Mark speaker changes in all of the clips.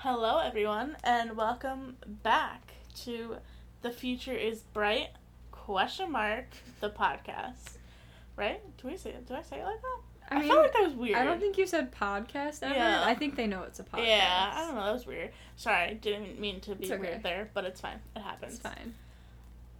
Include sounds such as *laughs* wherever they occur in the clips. Speaker 1: Hello, everyone, and welcome back to "The Future Is Bright?" question mark The podcast, right? Do we say it? Do I say it like that? I,
Speaker 2: I mean,
Speaker 1: felt like that was weird.
Speaker 2: I don't think you said podcast ever.
Speaker 1: Yeah.
Speaker 2: I think they know it's a podcast.
Speaker 1: Yeah, I don't know. That was weird. Sorry, didn't mean to be
Speaker 2: It's okay.
Speaker 1: weird there, but it's fine. It happens.
Speaker 2: It's fine.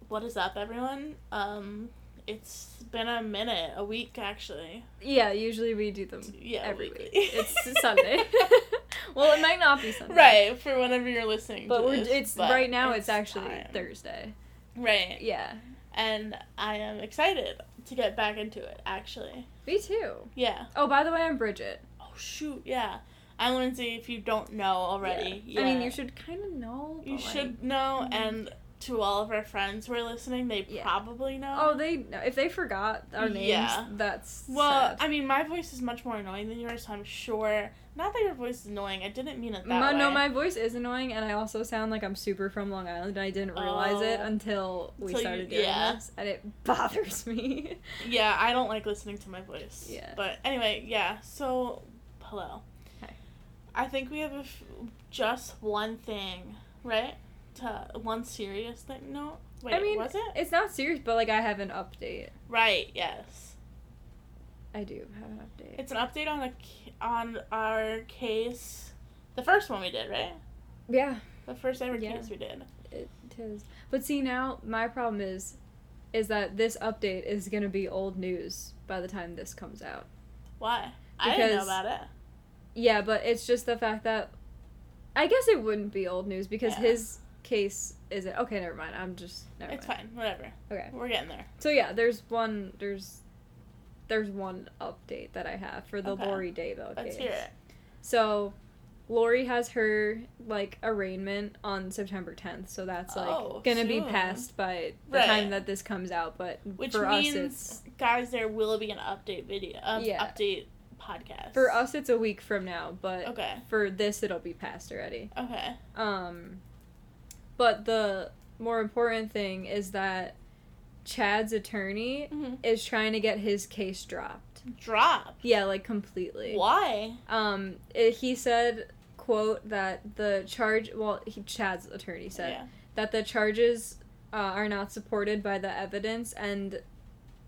Speaker 1: What is up, everyone? Um, it's been a minute, a week actually.
Speaker 2: Yeah, usually we do them
Speaker 1: Yeah,
Speaker 2: every
Speaker 1: weekly.
Speaker 2: week.
Speaker 1: *laughs*
Speaker 2: it's Sunday. *laughs* well, it might not be Sunday.
Speaker 1: Right for whenever you're listening.
Speaker 2: But
Speaker 1: to
Speaker 2: we're
Speaker 1: this,
Speaker 2: it's
Speaker 1: but
Speaker 2: right now it's, actually
Speaker 1: time.
Speaker 2: Thursday.
Speaker 1: Right.
Speaker 2: Yeah.
Speaker 1: and I am excited to get back into it, actually.
Speaker 2: Me too.
Speaker 1: Yeah.
Speaker 2: Oh, by the way, I'm Bridget.
Speaker 1: Oh, shoot, yeah. I'm Lindsay, if you don't know already. Yeah.
Speaker 2: I mean, you should kind of know.
Speaker 1: You
Speaker 2: but, like-
Speaker 1: should know,
Speaker 2: Mhm.
Speaker 1: and to all of our friends who are listening, they
Speaker 2: Yeah.
Speaker 1: probably know.
Speaker 2: Oh, they know. If they forgot our names,
Speaker 1: Yeah.
Speaker 2: that's
Speaker 1: well,
Speaker 2: sad.
Speaker 1: I mean, my voice is much more annoying than yours, so I'm sure. Not that your voice is annoying, I didn't mean it that
Speaker 2: My,
Speaker 1: way.
Speaker 2: no, my voice is annoying, and I also sound like I'm super from Long Island, and I didn't realize it
Speaker 1: Oh.
Speaker 2: until we
Speaker 1: Until you-
Speaker 2: started doing
Speaker 1: yeah.
Speaker 2: this, and it *laughs* bothers me.
Speaker 1: Yeah, I don't like listening to my voice.
Speaker 2: Yeah.
Speaker 1: But anyway, yeah. So, hello.
Speaker 2: Hi.
Speaker 1: I think we have a f- just one thing, right? To one serious thing. No. Wait,
Speaker 2: I mean,
Speaker 1: was it?
Speaker 2: it's not serious, but like I have an update.
Speaker 1: Right. Yes.
Speaker 2: I do have an update.
Speaker 1: It's an update on a c- on our case. The first one we did, right?
Speaker 2: yeah,
Speaker 1: The first ever
Speaker 2: Yeah.
Speaker 1: case we did.
Speaker 2: it is. But see, now my problem is, is that this update is gonna be old news by the time this comes out.
Speaker 1: Why? I didn't know
Speaker 2: Because-
Speaker 1: about it.
Speaker 2: Yeah, but it's just the fact that, I guess it wouldn't be old news because
Speaker 1: Yeah.
Speaker 2: his case isn't. Okay, never mind. I'm just never
Speaker 1: It's
Speaker 2: mind.
Speaker 1: fine. Whatever.
Speaker 2: Okay.
Speaker 1: We're getting there.
Speaker 2: So yeah, there's one there's there's one update that I have for the
Speaker 1: Okay.
Speaker 2: Lori Daybell
Speaker 1: Let's
Speaker 2: case.
Speaker 1: hear it.
Speaker 2: So Lori has her like arraignment on September 10th, so that's like
Speaker 1: Oh,
Speaker 2: gonna be
Speaker 1: soon.
Speaker 2: passed by the
Speaker 1: Right.
Speaker 2: time that this comes out. But
Speaker 1: Which
Speaker 2: for
Speaker 1: means,
Speaker 2: us, it's
Speaker 1: guys, there will be an update video, um,
Speaker 2: Yeah.
Speaker 1: update podcast
Speaker 2: for us it's a week from now, but
Speaker 1: Okay.
Speaker 2: for this it'll be passed already.
Speaker 1: Okay.
Speaker 2: Um, but the more important thing is that Chad's attorney is trying to get his case dropped.
Speaker 1: Drop.
Speaker 2: Yeah, like completely.
Speaker 1: Why?
Speaker 2: Um, it, he said, "quote that the charge." Well, he, Chad's attorney said
Speaker 1: yeah.
Speaker 2: that the charges uh, are not supported by the evidence and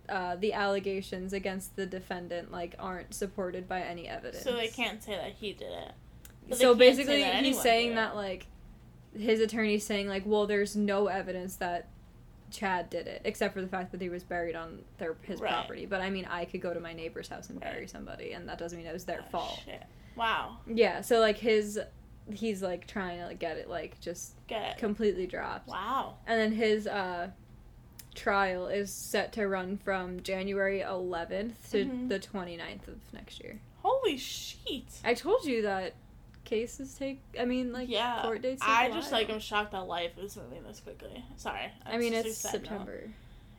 Speaker 2: uh, the allegations against the defendant like aren't supported by any evidence.
Speaker 1: So they can't say that he did it. but they
Speaker 2: So
Speaker 1: can't say
Speaker 2: basically,
Speaker 1: that anyone
Speaker 2: he's saying
Speaker 1: did it.
Speaker 2: that like his attorney's saying like, well, there's no evidence that. Chad did it, except for the fact that he was buried on their his
Speaker 1: Right.
Speaker 2: property. But I mean, I could go to my neighbor's house and
Speaker 1: Right.
Speaker 2: bury somebody, and that doesn't mean it was their
Speaker 1: Oh,
Speaker 2: fault.
Speaker 1: shit. Wow.
Speaker 2: Yeah, so like his he's like trying to like, get it like just
Speaker 1: Get it.
Speaker 2: completely dropped.
Speaker 1: Wow.
Speaker 2: And then his uh trial is set to run from January 11th to
Speaker 1: Mhm.
Speaker 2: the 29th of next year.
Speaker 1: Holy shit.
Speaker 2: I told you that cases take I mean like
Speaker 1: Yeah,
Speaker 2: court dates take
Speaker 1: I
Speaker 2: a
Speaker 1: just
Speaker 2: while.
Speaker 1: like am shocked that life is moving this quickly. Sorry.
Speaker 2: I mean
Speaker 1: That's
Speaker 2: it's
Speaker 1: just a sad note.
Speaker 2: September.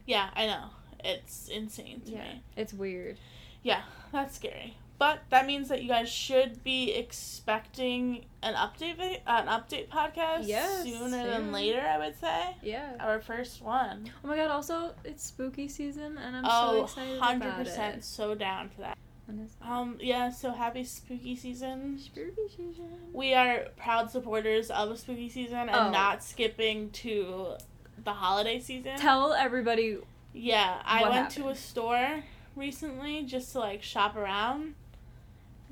Speaker 1: Yeah, I know. It's insane to
Speaker 2: Yeah.
Speaker 1: me.
Speaker 2: It's weird.
Speaker 1: Yeah, that's scary. But that means that you guys should be expecting an update, vi- an update podcast
Speaker 2: Yes,
Speaker 1: sooner than
Speaker 2: soon.
Speaker 1: later. I would say
Speaker 2: Yeah.
Speaker 1: our first one.
Speaker 2: Oh my god, also it's spooky season and I'm so
Speaker 1: Oh,
Speaker 2: excited
Speaker 1: 100%
Speaker 2: about it.
Speaker 1: so down for that.
Speaker 2: Honestly.
Speaker 1: Um, yeah, so happy spooky season.
Speaker 2: Spooky season.
Speaker 1: We are proud supporters of spooky season and
Speaker 2: Oh.
Speaker 1: not skipping to the holiday season.
Speaker 2: Tell everybody
Speaker 1: yeah, I
Speaker 2: What
Speaker 1: went to a
Speaker 2: happened?
Speaker 1: store recently just to like shop around.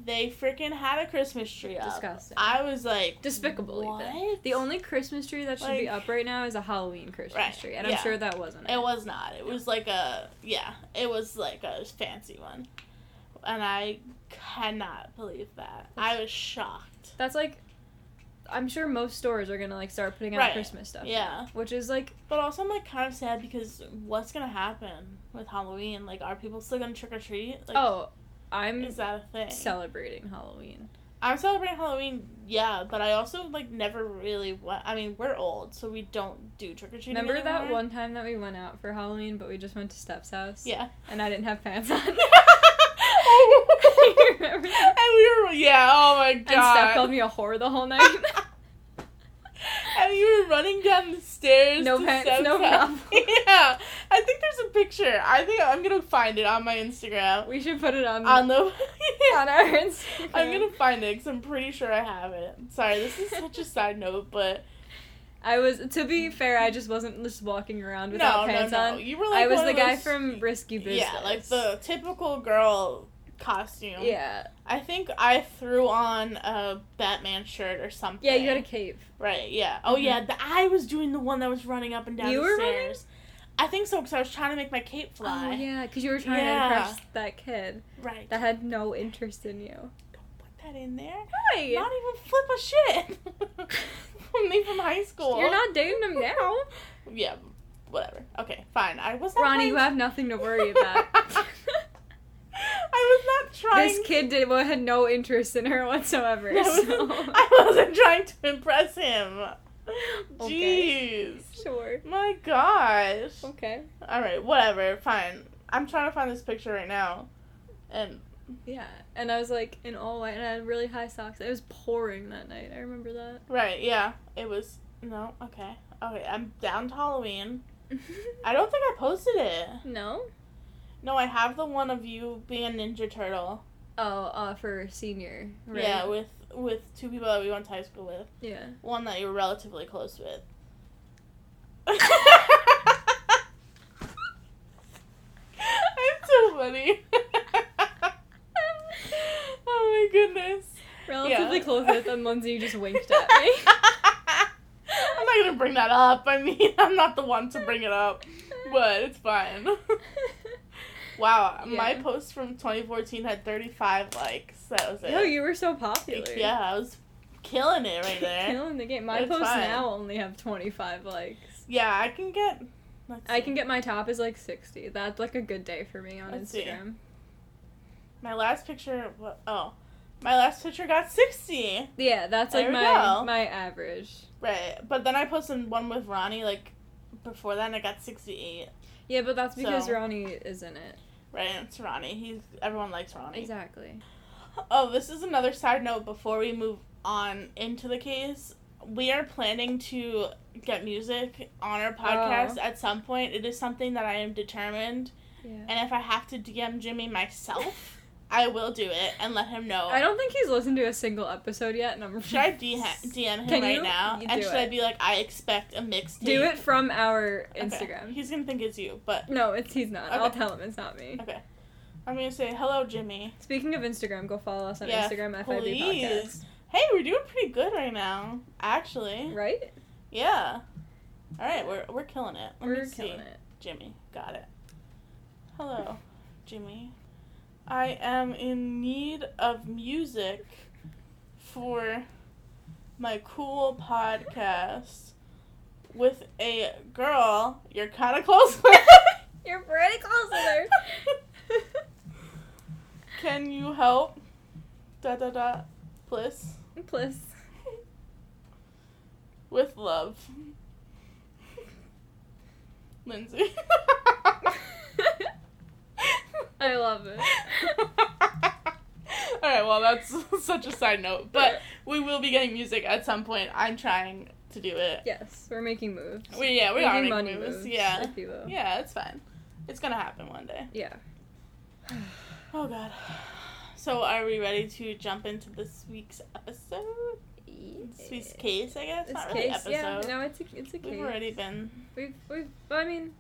Speaker 1: They freaking had a Christmas tree up.
Speaker 2: disgusting.
Speaker 1: I was like
Speaker 2: Despicable
Speaker 1: What?
Speaker 2: even. The only Christmas tree that should be
Speaker 1: Like-
Speaker 2: up right now is a Halloween Christmas
Speaker 1: Right,
Speaker 2: tree, and
Speaker 1: yeah.
Speaker 2: I'm sure that wasn't.
Speaker 1: It was not. It was like a yeah. It was like a fancy one, and I cannot believe that. I was shocked.
Speaker 2: That's like, I'm sure most stores are gonna like start putting out
Speaker 1: Right,
Speaker 2: Christmas stuff,
Speaker 1: Yeah,
Speaker 2: which is like,
Speaker 1: but also I'm like kind of sad because what's gonna happen with Halloween? Like, are people still gonna trick or treat? Like,
Speaker 2: oh, I'm
Speaker 1: is that a thing?
Speaker 2: celebrating Halloween.
Speaker 1: I'm celebrating Halloween. Yeah, but I also like never really went. I mean, we're old, so we don't do trick or treating.
Speaker 2: Remember that
Speaker 1: anymore.
Speaker 2: one time that we went out for Halloween, but we just went to Steph's house, *laughs*
Speaker 1: Yeah. *laughs*
Speaker 2: and I didn't have pants on. *laughs*
Speaker 1: and
Speaker 2: You remember that?
Speaker 1: we were yeah. Oh my god.
Speaker 2: And Steph called me a whore the whole
Speaker 1: *laughs*
Speaker 2: night.
Speaker 1: and you were running down the stairs.
Speaker 2: No
Speaker 1: to
Speaker 2: pants,
Speaker 1: Steph's
Speaker 2: no
Speaker 1: house.
Speaker 2: problem.
Speaker 1: *laughs* Yeah, I think there's a picture. I think I'm gonna find it on my Instagram.
Speaker 2: We should put it on,
Speaker 1: On the *laughs*
Speaker 2: *laughs* on our Instagram.
Speaker 1: I'm gonna find it because I'm pretty sure I have it. Sorry, this is such a side note, but
Speaker 2: I was to be fair, I just wasn't just walking around
Speaker 1: no,
Speaker 2: *laughs* without
Speaker 1: no,
Speaker 2: pants
Speaker 1: no.
Speaker 2: on. *laughs*
Speaker 1: You were like
Speaker 2: I was
Speaker 1: one
Speaker 2: the
Speaker 1: of
Speaker 2: guy
Speaker 1: those-
Speaker 2: from Risky Business.
Speaker 1: yeah, like the typical girl costume.
Speaker 2: yeah,
Speaker 1: I think I threw on a Batman shirt or something.
Speaker 2: yeah. You had a cape.
Speaker 1: Right, yeah. Oh,
Speaker 2: Mhm.
Speaker 1: yeah, the, I was doing the one that was running up and down
Speaker 2: You
Speaker 1: the
Speaker 2: were running?
Speaker 1: stairs. I think so, because I was trying to make my cape fly.
Speaker 2: Oh yeah, because you were trying
Speaker 1: Yeah.
Speaker 2: to impress that kid
Speaker 1: Right.
Speaker 2: that had no interest in you.
Speaker 1: Don't put that in there.
Speaker 2: Hi.
Speaker 1: Not even flip a shit. *laughs* From me from high school.
Speaker 2: You're not dating
Speaker 1: *laughs*
Speaker 2: him now.
Speaker 1: Yeah, whatever. Okay, fine. I was not
Speaker 2: Ronnie,
Speaker 1: trying
Speaker 2: you
Speaker 1: to-
Speaker 2: have nothing to
Speaker 1: *laughs*
Speaker 2: worry about.
Speaker 1: *laughs* I was not trying.
Speaker 2: this kid did well, had no interest in her
Speaker 1: *laughs*
Speaker 2: whatsoever.
Speaker 1: I
Speaker 2: so- *laughs*
Speaker 1: wasn't, I wasn't trying to impress him.
Speaker 2: Okay.
Speaker 1: Jeez.
Speaker 2: sure.
Speaker 1: My gosh.
Speaker 2: Okay.
Speaker 1: All right, whatever. Fine. I'm trying to find this picture right now. And
Speaker 2: Yeah. And I was like in all white and I had really high socks. It was pouring that night. I
Speaker 1: *laughs*
Speaker 2: remember that.
Speaker 1: right, yeah. It was no, okay. Okay, I'm down to Halloween. I don't think I posted it.
Speaker 2: no.
Speaker 1: No, I have the one of you being a Ninja Turtle.
Speaker 2: Oh, uh, for senior. Right?
Speaker 1: Yeah, with with two people that we went to high school with.
Speaker 2: yeah.
Speaker 1: One that you were relatively close with. *laughs* I'm so funny. *laughs* oh my goodness.
Speaker 2: Relatively
Speaker 1: Yeah.
Speaker 2: close with and ones you just winked at me.
Speaker 1: *laughs* I'm not gonna bring that up. I mean, *laughs* I'm not the one to bring it up, but it's fine. *laughs* wow, my
Speaker 2: Yeah.
Speaker 1: post from 2014 had 35 likes. That was it.
Speaker 2: *laughs* Yo, you were so popular.
Speaker 1: yeah, I was killing it right there.
Speaker 2: Killing the game. My
Speaker 1: It's
Speaker 2: posts
Speaker 1: fine.
Speaker 2: now only have 25 likes.
Speaker 1: Yeah, I can get. Let's
Speaker 2: I can
Speaker 1: see.
Speaker 2: get my top is like 60. That's like a good day for me on
Speaker 1: Let's see.
Speaker 2: Instagram.
Speaker 1: my last picture. wa- Oh, my last picture got sixty.
Speaker 2: Yeah, that's like
Speaker 1: There we
Speaker 2: my
Speaker 1: go.
Speaker 2: my average.
Speaker 1: Right, but then I posted one with Ronnie like before that, and I got sixty-eight.
Speaker 2: Yeah, but that's because
Speaker 1: So-
Speaker 2: Ronnie is in it.
Speaker 1: Right, and it's Ronnie. He's everyone likes Ronnie.
Speaker 2: Exactly.
Speaker 1: Oh, this is another side note before we move on into the case. We are planning to get music on
Speaker 2: Oh.
Speaker 1: our podcast at some point. It is something that I am determined,
Speaker 2: Yeah.
Speaker 1: and if I have to DM Jimmy myself,
Speaker 2: *laughs*
Speaker 1: I will do it and let him know.
Speaker 2: I don't think he's listened to a single episode yet, and I'm *laughs*
Speaker 1: Should I DM, DM him
Speaker 2: Can
Speaker 1: right
Speaker 2: you-
Speaker 1: now?
Speaker 2: you
Speaker 1: and
Speaker 2: do
Speaker 1: should I
Speaker 2: it.
Speaker 1: be like, I expect a mixtape?
Speaker 2: do it from our
Speaker 1: Okay.
Speaker 2: Instagram?
Speaker 1: He's gonna think it's you,
Speaker 2: *laughs*
Speaker 1: but
Speaker 2: No, it's he's not. I'll
Speaker 1: Okay.
Speaker 2: tell him it's not me.
Speaker 1: okay. I'm gonna say hello, Jimmy.
Speaker 2: Speaking of Instagram, go follow us on
Speaker 1: Yeah,
Speaker 2: Instagram FIB
Speaker 1: please. Hey, we're doing pretty good right now, actually.
Speaker 2: podcast.
Speaker 1: *laughs*
Speaker 2: Right?
Speaker 1: Yeah. All right, we're we're killing it. Let me
Speaker 2: We're
Speaker 1: see.
Speaker 2: killing it.
Speaker 1: Jimmy, got it. Hello, Jimmy. I am in need of music for my cool podcast with a girl you're kind of
Speaker 2: *laughs*
Speaker 1: close with.
Speaker 2: You're pretty
Speaker 1: *laughs*
Speaker 2: close to there.
Speaker 1: Can you help? Da da da. Bliss. *laughs*
Speaker 2: Plus,
Speaker 1: With
Speaker 2: *laughs*
Speaker 1: love.
Speaker 2: *laughs*
Speaker 1: Lindsay. *laughs*
Speaker 2: I love
Speaker 1: *laughs*
Speaker 2: it.
Speaker 1: All right, well, that's *laughs* such a side note, but we will be getting music at some point. I'm trying to do it.
Speaker 2: Yes, we're making moves.
Speaker 1: We, yeah, we
Speaker 2: making
Speaker 1: are making
Speaker 2: money
Speaker 1: moves.
Speaker 2: moves. *laughs*
Speaker 1: Yeah.
Speaker 2: if you will.
Speaker 1: Yeah, it's fine. It's going to happen one day.
Speaker 2: Yeah.
Speaker 1: Oh, God. So, are we ready to jump into this week's episode?
Speaker 2: *sighs*
Speaker 1: This week's case, I guess?
Speaker 2: This
Speaker 1: Not really
Speaker 2: case,
Speaker 1: episode.
Speaker 2: yeah. No, it's a, it's a case.
Speaker 1: We've already been.
Speaker 2: We've, we've, I mean,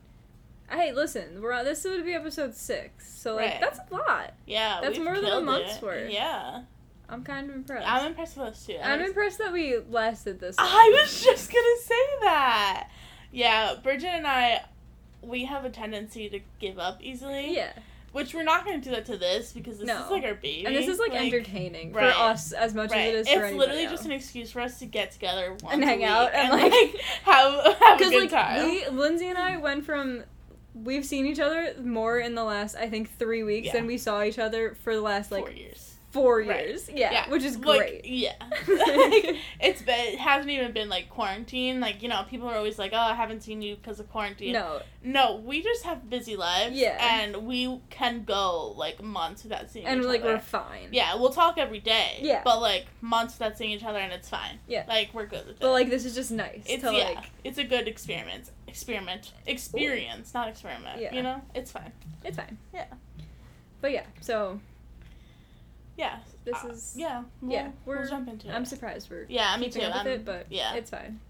Speaker 2: hey, listen, we're on, this would be episode six, so like
Speaker 1: Right.
Speaker 2: that's a lot.
Speaker 1: Yeah,
Speaker 2: That's
Speaker 1: we've
Speaker 2: more than a
Speaker 1: killed
Speaker 2: month's
Speaker 1: it.
Speaker 2: worth.
Speaker 1: Yeah,
Speaker 2: I'm kind of impressed.
Speaker 1: I'm impressed with us too.
Speaker 2: I'm impressed that we lasted this.
Speaker 1: I
Speaker 2: long.
Speaker 1: was just gonna say that. Yeah, Bridget and I, we have a tendency to give up easily.
Speaker 2: Yeah,
Speaker 1: Which we're not gonna do that to this because this
Speaker 2: No.
Speaker 1: is like our baby.
Speaker 2: and this is like, entertaining
Speaker 1: right.
Speaker 2: for us as much
Speaker 1: Right.
Speaker 2: as it is
Speaker 1: It's
Speaker 2: for anybody
Speaker 1: literally
Speaker 2: else.
Speaker 1: just an excuse for us to get together once
Speaker 2: And hang
Speaker 1: a week
Speaker 2: out and, like-
Speaker 1: have
Speaker 2: *laughs*
Speaker 1: have a
Speaker 2: because
Speaker 1: good
Speaker 2: like
Speaker 1: time.
Speaker 2: we Lindsay and I went from we've seen each other more in the last I think three weeks
Speaker 1: Yeah.
Speaker 2: than we saw each other for the last like
Speaker 1: Four years.
Speaker 2: four
Speaker 1: Right.
Speaker 2: years. Yeah,
Speaker 1: Yeah.
Speaker 2: which is
Speaker 1: Like,
Speaker 2: great.
Speaker 1: yeah.
Speaker 2: *laughs*
Speaker 1: *laughs* Like, it's been, it hasn't even been like quarantine. Like, you know, people are always like, oh, I haven't seen you because of quarantine.
Speaker 2: no,
Speaker 1: No, we just have busy lives.
Speaker 2: Yeah.
Speaker 1: And we can go like months without seeing
Speaker 2: and
Speaker 1: each
Speaker 2: like
Speaker 1: other.
Speaker 2: we're fine.
Speaker 1: yeah, we'll talk every day.
Speaker 2: Yeah.
Speaker 1: But like months without seeing each other and it's fine.
Speaker 2: Yeah.
Speaker 1: Like we're good with it.
Speaker 2: but like this is just nice
Speaker 1: it's
Speaker 2: to
Speaker 1: yeah,
Speaker 2: like
Speaker 1: it's a good experiment. Experiment. Experience, not experiment.
Speaker 2: Yeah.
Speaker 1: You know? It's fine.
Speaker 2: it's fine.
Speaker 1: Yeah.
Speaker 2: But yeah, so
Speaker 1: Yeah.
Speaker 2: This
Speaker 1: Uh,
Speaker 2: is-
Speaker 1: Yeah. We'll,
Speaker 2: yeah,
Speaker 1: we're
Speaker 2: we're-
Speaker 1: we'll jump into it.
Speaker 2: I'm surprised we're
Speaker 1: yeah, me too.
Speaker 2: keeping up with
Speaker 1: I'm-
Speaker 2: it, but
Speaker 1: yeah.
Speaker 2: it's fine.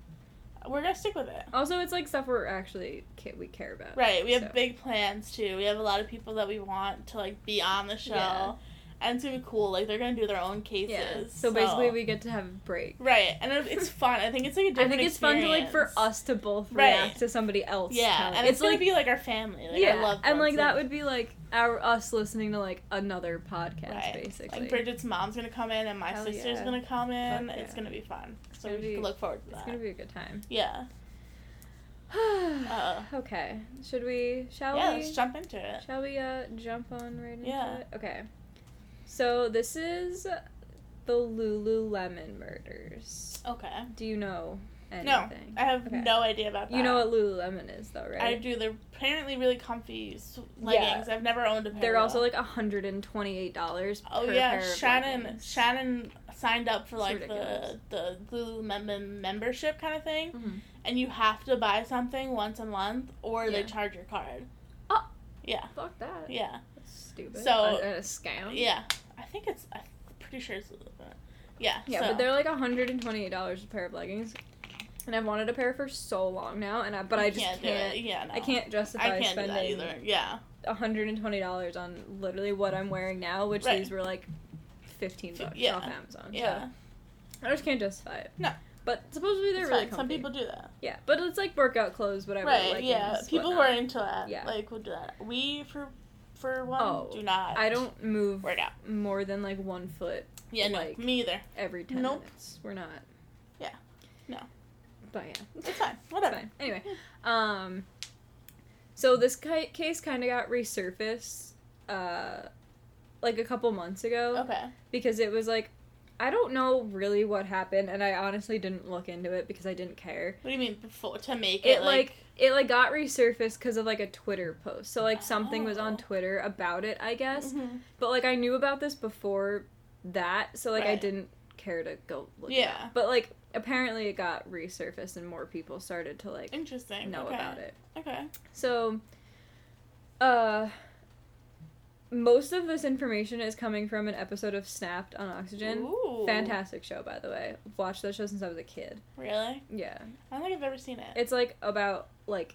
Speaker 1: we're gonna stick with it.
Speaker 2: Also, it's like stuff we're actually ca- we care about.
Speaker 1: Right, we have
Speaker 2: so.
Speaker 1: big plans too. We have a lot of people that we want to like be on the show,
Speaker 2: Yeah.
Speaker 1: and it's gonna be cool. Like they're gonna do their own cases.
Speaker 2: Yeah. So basically, we get to have a break.
Speaker 1: right, and it- it's fun. I think it's like a
Speaker 2: I
Speaker 1: different.
Speaker 2: think it's fun to like for
Speaker 1: experience.
Speaker 2: us to both
Speaker 1: Right.
Speaker 2: react to somebody else.
Speaker 1: Yeah,
Speaker 2: telling-
Speaker 1: and it's,
Speaker 2: it's
Speaker 1: gonna
Speaker 2: like
Speaker 1: be like our family. Like,
Speaker 2: yeah,
Speaker 1: I love
Speaker 2: and
Speaker 1: friends,
Speaker 2: like that would be like our us listening to like another podcast
Speaker 1: Right.
Speaker 2: basically.
Speaker 1: Like Bridget's mom's gonna come in, and my
Speaker 2: Hell
Speaker 1: sister's
Speaker 2: yeah.
Speaker 1: gonna come in.
Speaker 2: Fuck
Speaker 1: It's
Speaker 2: yeah.
Speaker 1: gonna be fun. So
Speaker 2: gonna
Speaker 1: we
Speaker 2: be-
Speaker 1: can look forward to
Speaker 2: it's
Speaker 1: that.
Speaker 2: gonna be a good time.
Speaker 1: yeah, Uh.
Speaker 2: *sighs* okay, should we? Shall
Speaker 1: yeah.
Speaker 2: we?
Speaker 1: Let's jump into it.
Speaker 2: Shall we uh jump on right into
Speaker 1: Yeah.
Speaker 2: it? Okay. So this is the Lululemon murders.
Speaker 1: Okay.
Speaker 2: Do you know
Speaker 1: No,
Speaker 2: anything?
Speaker 1: I have
Speaker 2: Okay.
Speaker 1: no idea about that.
Speaker 2: You know what Lululemon is though, right?
Speaker 1: I do. They're apparently really comfy s- leggings. I've never owned a pair.
Speaker 2: They're
Speaker 1: of
Speaker 2: also
Speaker 1: those.
Speaker 2: like hundred and twenty-eight dollars.
Speaker 1: Oh yeah, Shannon. Shannon signed up for
Speaker 2: It's
Speaker 1: like the
Speaker 2: ridiculous.
Speaker 1: the Lululemon membership kind of thing,
Speaker 2: Mhm.
Speaker 1: and you have to buy something once a month, or they
Speaker 2: Yeah.
Speaker 1: charge your card.
Speaker 2: Oh.
Speaker 1: Yeah,
Speaker 2: Fuck that.
Speaker 1: yeah,
Speaker 2: That's stupid.
Speaker 1: So-
Speaker 2: Uh, a, scam.
Speaker 1: yeah. I think it's. I'm pretty sure it's Lululemon. Yeah.
Speaker 2: Yeah,
Speaker 1: so-
Speaker 2: but they're like hundred and twenty-eight dollars a pair of leggings, and I've wanted a pair for so long now, and I but I
Speaker 1: you
Speaker 2: just can't.
Speaker 1: do it. Yeah, no.
Speaker 2: I can't
Speaker 1: I
Speaker 2: justify
Speaker 1: can't do that
Speaker 2: spending
Speaker 1: either. Yeah,
Speaker 2: hundred and twenty dollars on literally what I'm wearing now, which
Speaker 1: Right.
Speaker 2: these were like fifteen
Speaker 1: F-
Speaker 2: bucks
Speaker 1: yeah.
Speaker 2: off Amazon.
Speaker 1: yeah.
Speaker 2: so I just can't justify it.
Speaker 1: No.
Speaker 2: but supposedly they're
Speaker 1: It's
Speaker 2: really
Speaker 1: fine.
Speaker 2: comfy.
Speaker 1: Some people do that.
Speaker 2: yeah, but it's like workout clothes, whatever.
Speaker 1: right.
Speaker 2: leggings,
Speaker 1: yeah. People who
Speaker 2: whatnot.
Speaker 1: are into that,
Speaker 2: Yeah.
Speaker 1: like, will do that. We for for one
Speaker 2: Oh,
Speaker 1: do not.
Speaker 2: I don't move
Speaker 1: work out.
Speaker 2: more than like one foot
Speaker 1: Yeah. No.
Speaker 2: like-
Speaker 1: me either.
Speaker 2: every ten
Speaker 1: Nope.
Speaker 2: minutes. We're not.
Speaker 1: Yeah. No.
Speaker 2: But yeah,
Speaker 1: It's fine. Whatever.
Speaker 2: It's fine. Anyway, um, so this ki- case kind of got resurfaced, uh, like a couple months ago
Speaker 1: Okay.
Speaker 2: because it was like, I don't know really what happened, and I honestly didn't look into it because I didn't care.
Speaker 1: What do you mean before to make it,
Speaker 2: It like it like got resurfaced because of like a Twitter post. So like something was on
Speaker 1: Oh.
Speaker 2: Twitter about it, I guess.
Speaker 1: Mhm.
Speaker 2: But like I knew about this before that, so like I
Speaker 1: Right.
Speaker 2: didn't care to go look. it
Speaker 1: Yeah.
Speaker 2: up. But like apparently it got resurfaced and more people started to like
Speaker 1: interesting?
Speaker 2: know
Speaker 1: okay.
Speaker 2: about it.
Speaker 1: Okay.
Speaker 2: So uh most of this information is coming from an episode of Snapped on Oxygen.
Speaker 1: Ooh.
Speaker 2: Fantastic show by the way. I've watched that show since I was a kid.
Speaker 1: Really?
Speaker 2: Yeah.
Speaker 1: I don't think I've ever seen it.
Speaker 2: It's like about like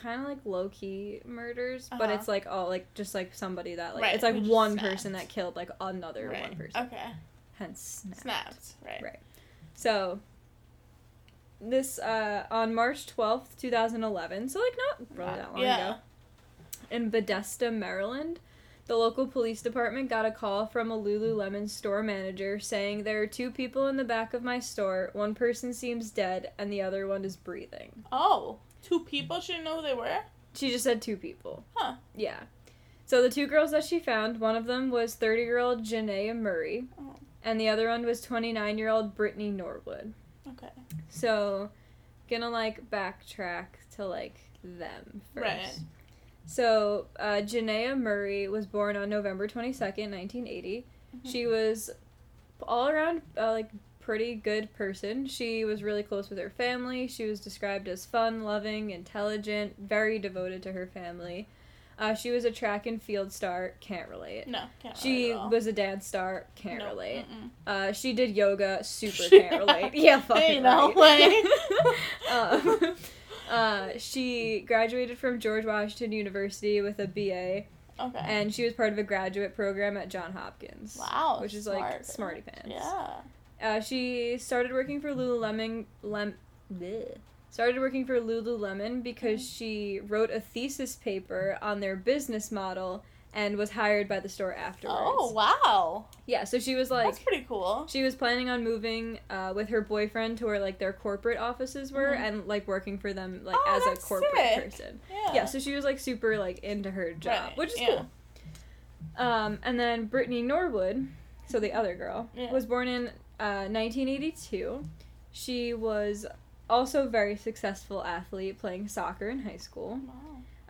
Speaker 2: kind of like low key murders, but
Speaker 1: Uh-huh.
Speaker 2: it's like all like just like somebody that like
Speaker 1: Right,
Speaker 2: it's like
Speaker 1: who just
Speaker 2: one
Speaker 1: snapped.
Speaker 2: person that killed like another
Speaker 1: right.
Speaker 2: one person.
Speaker 1: Okay.
Speaker 2: Hence Snapped.
Speaker 1: Snapped. Right.
Speaker 2: Right. So this uh on March 12th, 2011, so like not really that long
Speaker 1: yeah.
Speaker 2: ago, in Bethesda, Maryland, the local police department got a call from a Lululemon store manager saying there are two people in the back of my store. One person seems dead and the other one is breathing.
Speaker 1: Oh, two people she didn't know who they were.
Speaker 2: She just said two people.
Speaker 1: Huh.
Speaker 2: Yeah. So the two girls that she found, one of them was 30 year old Janaea Murray,
Speaker 1: Oh.
Speaker 2: and the other one was 29 year old Brittany Norwood.
Speaker 1: Okay.
Speaker 2: So, gonna like backtrack to like them first.
Speaker 1: Right.
Speaker 2: So, uh, Janaea Murray was born on November 22nd, 1980.
Speaker 1: Mhm.
Speaker 2: She was all around, uh, like, pretty good person. She was really close with her family. She was described as fun, loving, intelligent, very devoted to her family. Uh, she was a track and field star. Can't relate.
Speaker 1: No. Can't
Speaker 2: She
Speaker 1: relate at all.
Speaker 2: was a dance star. Can't
Speaker 1: Nope,
Speaker 2: relate.
Speaker 1: mm-mm.
Speaker 2: Uh, she did
Speaker 1: *laughs*
Speaker 2: yoga. Super can't relate. Yeah, fucking
Speaker 1: Ain't no
Speaker 2: right.
Speaker 1: way.
Speaker 2: *laughs* um, uh, she graduated from George Washington University with a BA,
Speaker 1: Okay.
Speaker 2: and she was part of a graduate program at John Hopkins.
Speaker 1: wow.
Speaker 2: which is, like,
Speaker 1: smart.
Speaker 2: smarty pants.
Speaker 1: Yeah.
Speaker 2: Uh, she started working for Lululemon. Lem, bleh. started working for Lululemon because
Speaker 1: Mm.
Speaker 2: she wrote a thesis paper on their business model and was hired by the store afterwards.
Speaker 1: Oh wow.
Speaker 2: yeah. So she was like,
Speaker 1: That's pretty cool.
Speaker 2: she was planning on moving uh, with her boyfriend to where like their corporate offices were
Speaker 1: Mhm.
Speaker 2: and like working for them like
Speaker 1: Oh,
Speaker 2: as a
Speaker 1: that's
Speaker 2: corporate
Speaker 1: sick.
Speaker 2: person.
Speaker 1: Yeah.
Speaker 2: Yeah, so she was like super like into her job,
Speaker 1: Right,
Speaker 2: which is
Speaker 1: yeah.
Speaker 2: cool. Um, and then Brittany Norwood so the other girl,
Speaker 1: Yeah.
Speaker 2: was born in uh, 1982. She was also a very successful athlete playing soccer in high school.
Speaker 1: Wow.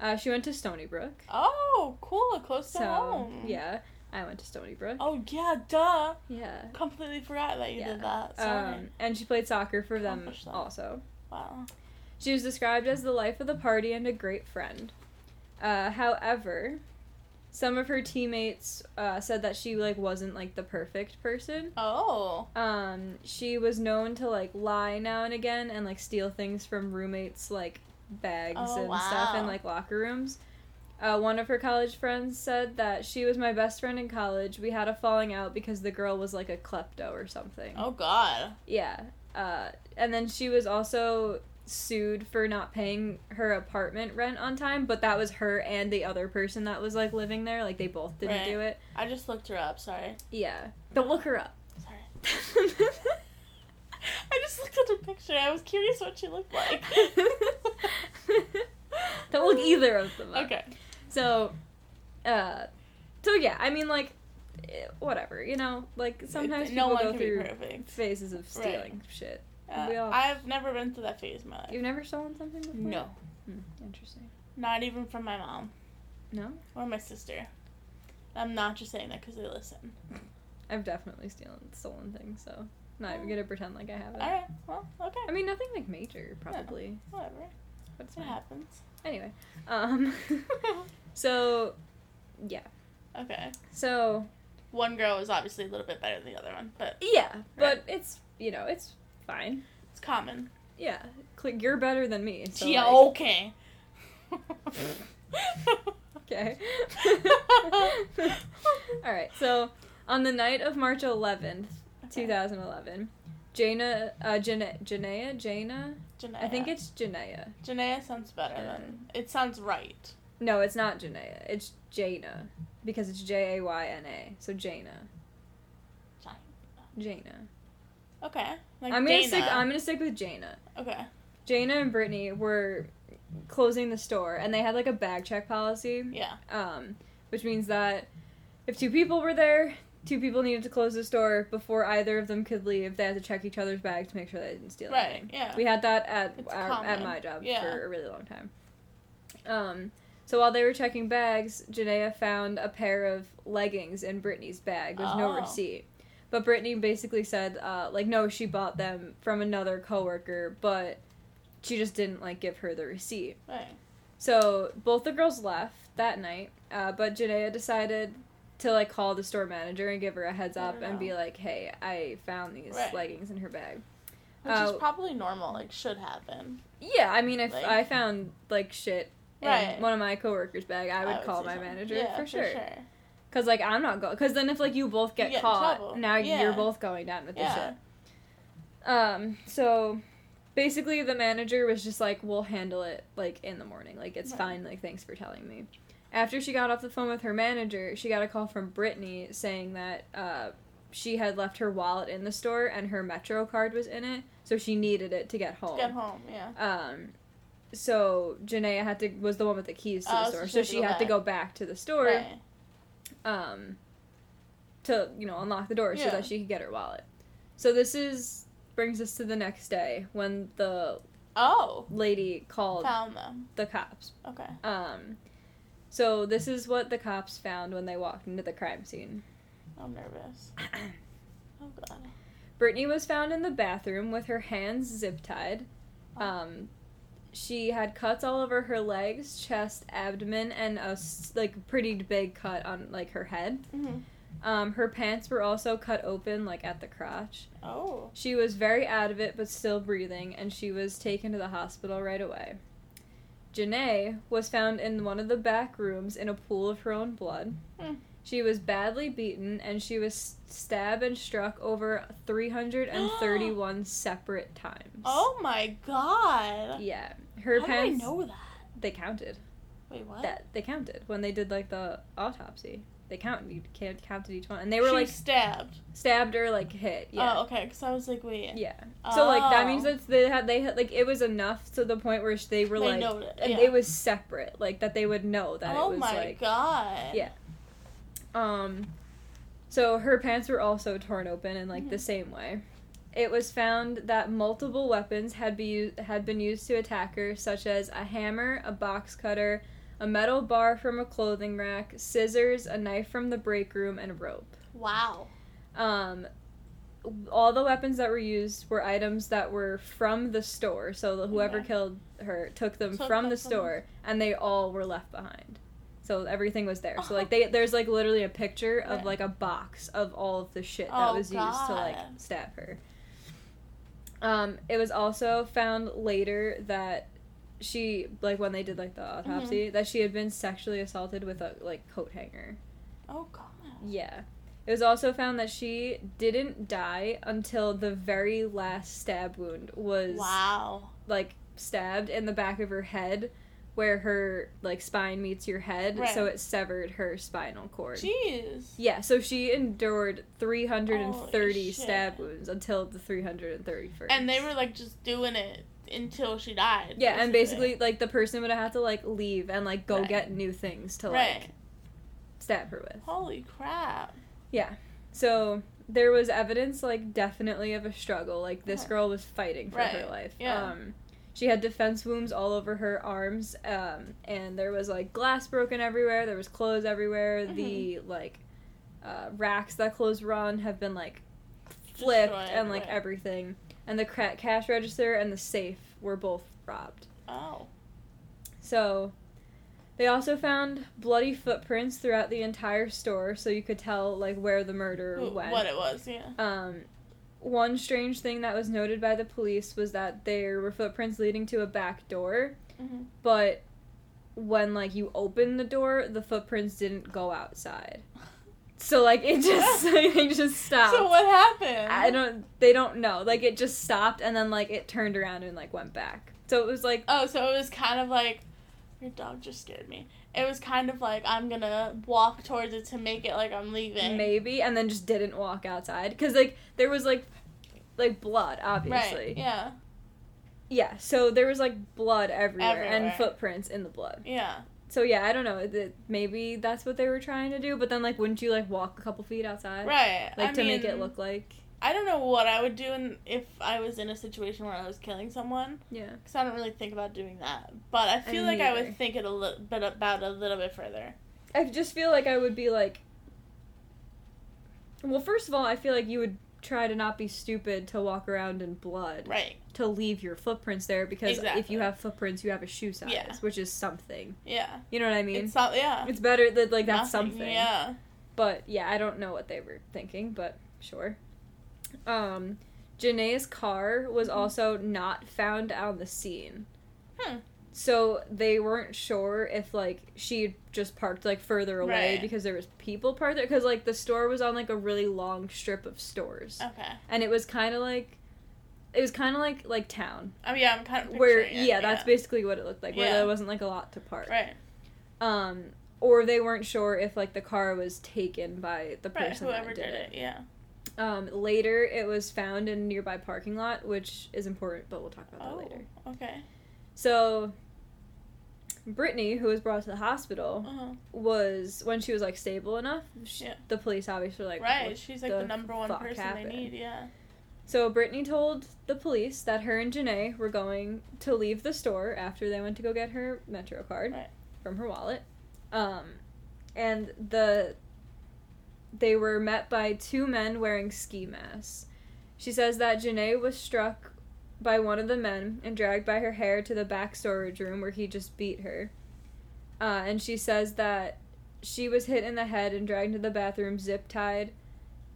Speaker 2: Uh, she went to Stony Brook.
Speaker 1: Oh, cool. Close to
Speaker 2: So,
Speaker 1: home.
Speaker 2: yeah, I went to Stony Brook.
Speaker 1: Oh yeah, duh.
Speaker 2: Yeah.
Speaker 1: Completely forgot that you
Speaker 2: Yeah.
Speaker 1: did that. Sorry.
Speaker 2: Um, and she played soccer for them
Speaker 1: Accomplished that.
Speaker 2: also.
Speaker 1: wow.
Speaker 2: She was described as the life of the party and a great friend. Uh, however, some of her teammates uh, said that she like wasn't like the perfect person.
Speaker 1: Oh.
Speaker 2: Um, she was known to like lie now and again and like steal things from roommates like bags
Speaker 1: Oh,
Speaker 2: and stuff and
Speaker 1: wow.
Speaker 2: like locker rooms. Uh, one of her college friends said that she was my best friend in college. We had a falling out because the girl was like a klepto or something.
Speaker 1: Oh God.
Speaker 2: Yeah. Uh, and then she was also sued for not paying her apartment rent on time, but that was her and the other person that was like living there. Like they both didn't
Speaker 1: Right.
Speaker 2: do it.
Speaker 1: I just looked her up. Sorry.
Speaker 2: Yeah. Don't look her up.
Speaker 1: Sorry. *laughs* I just looked at her picture. I was curious what she looked
Speaker 2: *laughs*
Speaker 1: like. *laughs*
Speaker 2: *laughs* Don't look either of them up.
Speaker 1: Okay.
Speaker 2: So, uh, so yeah, I mean, like, eh, whatever, you know? Like, sometimes
Speaker 1: no
Speaker 2: people
Speaker 1: one
Speaker 2: go
Speaker 1: can be
Speaker 2: through
Speaker 1: perfect.
Speaker 2: phases of
Speaker 1: Right.
Speaker 2: stealing shit.
Speaker 1: Uh,
Speaker 2: We all-
Speaker 1: I've never been through that phase in my life.
Speaker 2: You've never stolen something before?
Speaker 1: No,
Speaker 2: Hmm, interesting.
Speaker 1: not even from my mom
Speaker 2: No?
Speaker 1: or my sister. I'm not just saying that because they listen.
Speaker 2: I've definitely stolen stolen things, so not
Speaker 1: Oh.
Speaker 2: even gonna pretend like I haven't.
Speaker 1: All right. Well, okay.
Speaker 2: I mean, nothing like major, probably.
Speaker 1: Whatever.
Speaker 2: But it's
Speaker 1: It
Speaker 2: fine. *laughs*
Speaker 1: happens.
Speaker 2: Anyway, um, *laughs* so yeah,
Speaker 1: okay.
Speaker 2: so
Speaker 1: One girl was obviously a little bit better than the other one, but
Speaker 2: yeah, but it's you know it's fine.
Speaker 1: it's common.
Speaker 2: Yeah, Cl- you're better than me. So
Speaker 1: yeah.
Speaker 2: like,
Speaker 1: okay.
Speaker 2: *laughs*
Speaker 1: *laughs*
Speaker 2: okay. *laughs* All right. So on the night of March 11th,
Speaker 1: Okay.
Speaker 2: 2011, Jana, uh, Jana, Jana, Jana. I think
Speaker 1: Janaea.
Speaker 2: it's Janaya.
Speaker 1: Janaea sounds better than it sounds right.
Speaker 2: No, it's not Janaea. It's Jana. Because it's J A Y N A. So Jana.
Speaker 1: Jana.
Speaker 2: Jana.
Speaker 1: Okay. Like
Speaker 2: I'm gonna stick
Speaker 1: Dana.
Speaker 2: I'm gonna stick with Jana.
Speaker 1: okay.
Speaker 2: Jana and Brittany were closing the store and they had like a bag check policy.
Speaker 1: Yeah.
Speaker 2: Um, which means that if two people were there, two people needed to close the store before either of them could leave. They had to check each other's bags to make sure they didn't steal
Speaker 1: Right.
Speaker 2: anything.
Speaker 1: Yeah.
Speaker 2: We had that at
Speaker 1: It's
Speaker 2: our, at
Speaker 1: common.
Speaker 2: my job
Speaker 1: Yeah.
Speaker 2: for a really long time. Um, so while they were checking bags, Janaea found a pair of leggings in Brittany's bag with no
Speaker 1: Oh.
Speaker 2: receipt. But Brittany basically said, uh, like, no, she bought them from another coworker, but she just didn't like give her the receipt.
Speaker 1: Right.
Speaker 2: So both the girls left that night, uh, but Janaea decided to like call the store manager and give her a heads
Speaker 1: I
Speaker 2: up
Speaker 1: don't
Speaker 2: and be
Speaker 1: know.
Speaker 2: like, hey, I found these
Speaker 1: Right.
Speaker 2: leggings in her bag.
Speaker 1: Which is
Speaker 2: Uh,
Speaker 1: probably normal. Like should happen.
Speaker 2: Yeah, I mean, if
Speaker 1: Like-
Speaker 2: I found like shit in
Speaker 1: Right.
Speaker 2: one of my coworkers' bag, I would call
Speaker 1: say
Speaker 2: my
Speaker 1: something.
Speaker 2: manager
Speaker 1: Yeah,
Speaker 2: for sure. Cause like I'm not going. Cause then if like you both get,
Speaker 1: get in
Speaker 2: caught,
Speaker 1: trouble.
Speaker 2: now you're
Speaker 1: Yeah.
Speaker 2: both going down with
Speaker 1: Yeah.
Speaker 2: the shit. Um. So basically, the manager was just like, "We'll handle it like in the morning. Like it's
Speaker 1: Right.
Speaker 2: fine. Like thanks for telling me." After she got off the phone with her manager, she got a call from Brittany saying that uh, she had left her wallet in the store and her Metro card was in it, so she needed it to get home.
Speaker 1: Get home. Yeah.
Speaker 2: Um, so Janaea had to was the one with the keys to the
Speaker 1: Oh, so
Speaker 2: store,
Speaker 1: she
Speaker 2: so
Speaker 1: had to
Speaker 2: she
Speaker 1: go
Speaker 2: had to
Speaker 1: back.
Speaker 2: go back to the store,
Speaker 1: right.
Speaker 2: um, to you know unlock the door so
Speaker 1: Yeah.
Speaker 2: that she could get her wallet. So this is brings us to the next day when the
Speaker 1: Oh.
Speaker 2: lady called
Speaker 1: Found them.
Speaker 2: the cops.
Speaker 1: Okay.
Speaker 2: Um, so this is what the cops found when they walked into the crime scene.
Speaker 1: I'm nervous.
Speaker 2: *clears throat*
Speaker 1: oh god.
Speaker 2: Brittany was found in the bathroom with her hands zip tied. Um, she had cuts all over her legs, chest, abdomen, and a s- like pretty big cut on like her head.
Speaker 1: hmm
Speaker 2: Um, her pants were also cut open like at the crotch.
Speaker 1: Oh.
Speaker 2: She was very out of it but still breathing, and she was taken to the hospital right away. Janae was found in one of the back rooms in a pool of her own blood.
Speaker 1: Hmm.
Speaker 2: She was badly beaten, and she was stabbed and struck over
Speaker 1: *gasps*
Speaker 2: 331 separate times.
Speaker 1: Oh my god.
Speaker 2: Yeah, her
Speaker 1: How
Speaker 2: pants.
Speaker 1: did I know that?
Speaker 2: They counted.
Speaker 1: Wait, what?
Speaker 2: That they counted when they did like the autopsy. They counted. You can't counted each one, and they were
Speaker 1: she
Speaker 2: like
Speaker 1: was stabbed.
Speaker 2: stabbed or like hit. Yeah.
Speaker 1: Oh, okay. Because I was like, wait.
Speaker 2: Yeah. So like that means
Speaker 1: Oh.
Speaker 2: that they had they had like it was enough to the point where sh- they were
Speaker 1: They
Speaker 2: like
Speaker 1: know it,
Speaker 2: and
Speaker 1: yeah.
Speaker 2: it was separate like that they would know that
Speaker 1: oh
Speaker 2: it was
Speaker 1: my
Speaker 2: like
Speaker 1: god.
Speaker 2: Yeah. um So her pants were also torn open in like the
Speaker 1: Mm-hmm.
Speaker 2: same way. It was found that multiple weapons had be u- had been used to attack her, such as a hammer, a box cutter, a metal bar from a clothing rack, scissors, a knife from the break room, and rope.
Speaker 1: Wow.
Speaker 2: Um, all the weapons that were used were items that were from the store. So the- whoever
Speaker 1: Okay.
Speaker 2: killed her took them
Speaker 1: Took
Speaker 2: from
Speaker 1: them
Speaker 2: the
Speaker 1: from-
Speaker 2: store, and they all were left behind. So everything was there. So like
Speaker 1: Oh.
Speaker 2: they there's like literally a picture of
Speaker 1: Yeah.
Speaker 2: like a box of all of the shit that
Speaker 1: Oh,
Speaker 2: was used to like
Speaker 1: God.
Speaker 2: stab her. Um, it was also found later that she like when they did like the
Speaker 1: Mm-hmm.
Speaker 2: autopsy that she had been sexually assaulted with a like coat hanger.
Speaker 1: Oh god.
Speaker 2: Yeah. It was also found that she didn't die until the very last stab wound was
Speaker 1: Wow.
Speaker 2: like stabbed in the back of her head where her like spine meets your head so
Speaker 1: Right.
Speaker 2: it severed her spinal cord.
Speaker 1: Jeez.
Speaker 2: yeah, so she endured 330
Speaker 1: Holy
Speaker 2: stab
Speaker 1: shit.
Speaker 2: wounds until the 331st.
Speaker 1: And they were like just doing it until she died.
Speaker 2: Yeah, and basically like the person would have had to like leave and like go
Speaker 1: Right.
Speaker 2: get new things to
Speaker 1: right.
Speaker 2: like stab her with.
Speaker 1: Holy crap.
Speaker 2: So there was evidence, like definitely of a struggle. Like this
Speaker 1: Yeah.
Speaker 2: girl was fighting for her
Speaker 1: Right,
Speaker 2: life.
Speaker 1: yeah.
Speaker 2: Um, she had defense wounds all over her arms, um, and there was like glass broken everywhere. There was clothes everywhere.
Speaker 1: Mm-hmm.
Speaker 2: The like uh, racks that clothes were on have been like flipped,
Speaker 1: Destroyed,
Speaker 2: and like
Speaker 1: right.
Speaker 2: everything. And the cra- cash register and the safe were both robbed.
Speaker 1: Oh.
Speaker 2: So they also found bloody footprints throughout the entire store, so you could tell like where the murderer
Speaker 1: Who-
Speaker 2: went.
Speaker 1: What it was, yeah.
Speaker 2: Um, one strange thing that was noted by the police was that there were footprints leading to a back door,
Speaker 1: *laughs* Mhm.
Speaker 2: but when like you open the door, the footprints didn't go outside. So like it just *laughs* it just stopped.
Speaker 1: So what happened?
Speaker 2: I don't they don't know. Like it just stopped and then like it turned around and like went back. So it was like
Speaker 1: Oh, so it was kind of like your dog just scared me. It was kind of like I'm gonna walk towards it to make it like I'm leaving.
Speaker 2: maybe and then just didn't walk outside cuz like there was like like blood obviously.
Speaker 1: Right. Yeah.
Speaker 2: Yeah, so there was like blood everywhere, and
Speaker 1: Everywhere.
Speaker 2: footprints in the blood.
Speaker 1: Yeah.
Speaker 2: So yeah, I don't know. th- Maybe that's what they were trying to do, but then like, wouldn't you like walk a couple feet outside,
Speaker 1: Right.
Speaker 2: like
Speaker 1: I
Speaker 2: to make it
Speaker 1: mean,
Speaker 2: look like?
Speaker 1: I don't know what I would do in, if I was in a situation where I was killing someone,
Speaker 2: Yeah,
Speaker 1: because I don't really think about doing that. But I feel like I
Speaker 2: neither.
Speaker 1: would think it a little bit about it a little bit further.
Speaker 2: I just feel like I would be like. Well, first of all, I feel like you would try to not be stupid to walk around in blood
Speaker 1: Right.
Speaker 2: to leave your footprints there because if
Speaker 1: Exactly.
Speaker 2: you have footprints, you have a shoe size,
Speaker 1: Yeah.
Speaker 2: which is something.
Speaker 1: Yeah.
Speaker 2: You know what I mean?
Speaker 1: it's
Speaker 2: It's,
Speaker 1: not. Yeah.
Speaker 2: better that like that's
Speaker 1: Nothing,
Speaker 2: something.
Speaker 1: Yeah.
Speaker 2: But yeah, I don't know what they were thinking, but sure. Um, Janae's car was
Speaker 1: Mhm.
Speaker 2: also not found on the scene.
Speaker 1: Hmm.
Speaker 2: So they weren't sure if like she just parked like further away
Speaker 1: Right.
Speaker 2: because there was people parked there because like the store was on like a really long strip of stores
Speaker 1: Okay.
Speaker 2: and it was kind of like it was kind of like like town
Speaker 1: Oh yeah, I'm kind of
Speaker 2: where
Speaker 1: picturing it,
Speaker 2: yeah that's basically what it looked like where
Speaker 1: Yeah.
Speaker 2: there wasn't like a lot to park
Speaker 1: right.
Speaker 2: um or they weren't sure if like the car was taken by the
Speaker 1: Right.
Speaker 2: person
Speaker 1: Whoever
Speaker 2: that
Speaker 1: did,
Speaker 2: did,
Speaker 1: it. Yeah.
Speaker 2: Um, later it was found in a nearby parking lot, which is important, but we'll talk about that
Speaker 1: Oh.
Speaker 2: later.
Speaker 1: Okay.
Speaker 2: So Brittany, who was brought to the hospital,
Speaker 1: Uh-huh.
Speaker 2: was when she was like stable enough. She,
Speaker 1: Yeah.
Speaker 2: The police obviously were like
Speaker 1: Right.
Speaker 2: "What
Speaker 1: She's like the, number one
Speaker 2: fuck
Speaker 1: person
Speaker 2: happened?"
Speaker 1: they need. Yeah.
Speaker 2: So Brittany told the police that her and Janae were going to leave the store after they went to go get her Metro card
Speaker 1: Right.
Speaker 2: from her wallet. Um, and the they were met by two men wearing ski masks. She says that Janae was struck by one of the men and dragged by her hair to the back storage room where he just beat her. Uh, and she says that she was hit in the head and dragged to the bathroom zip tied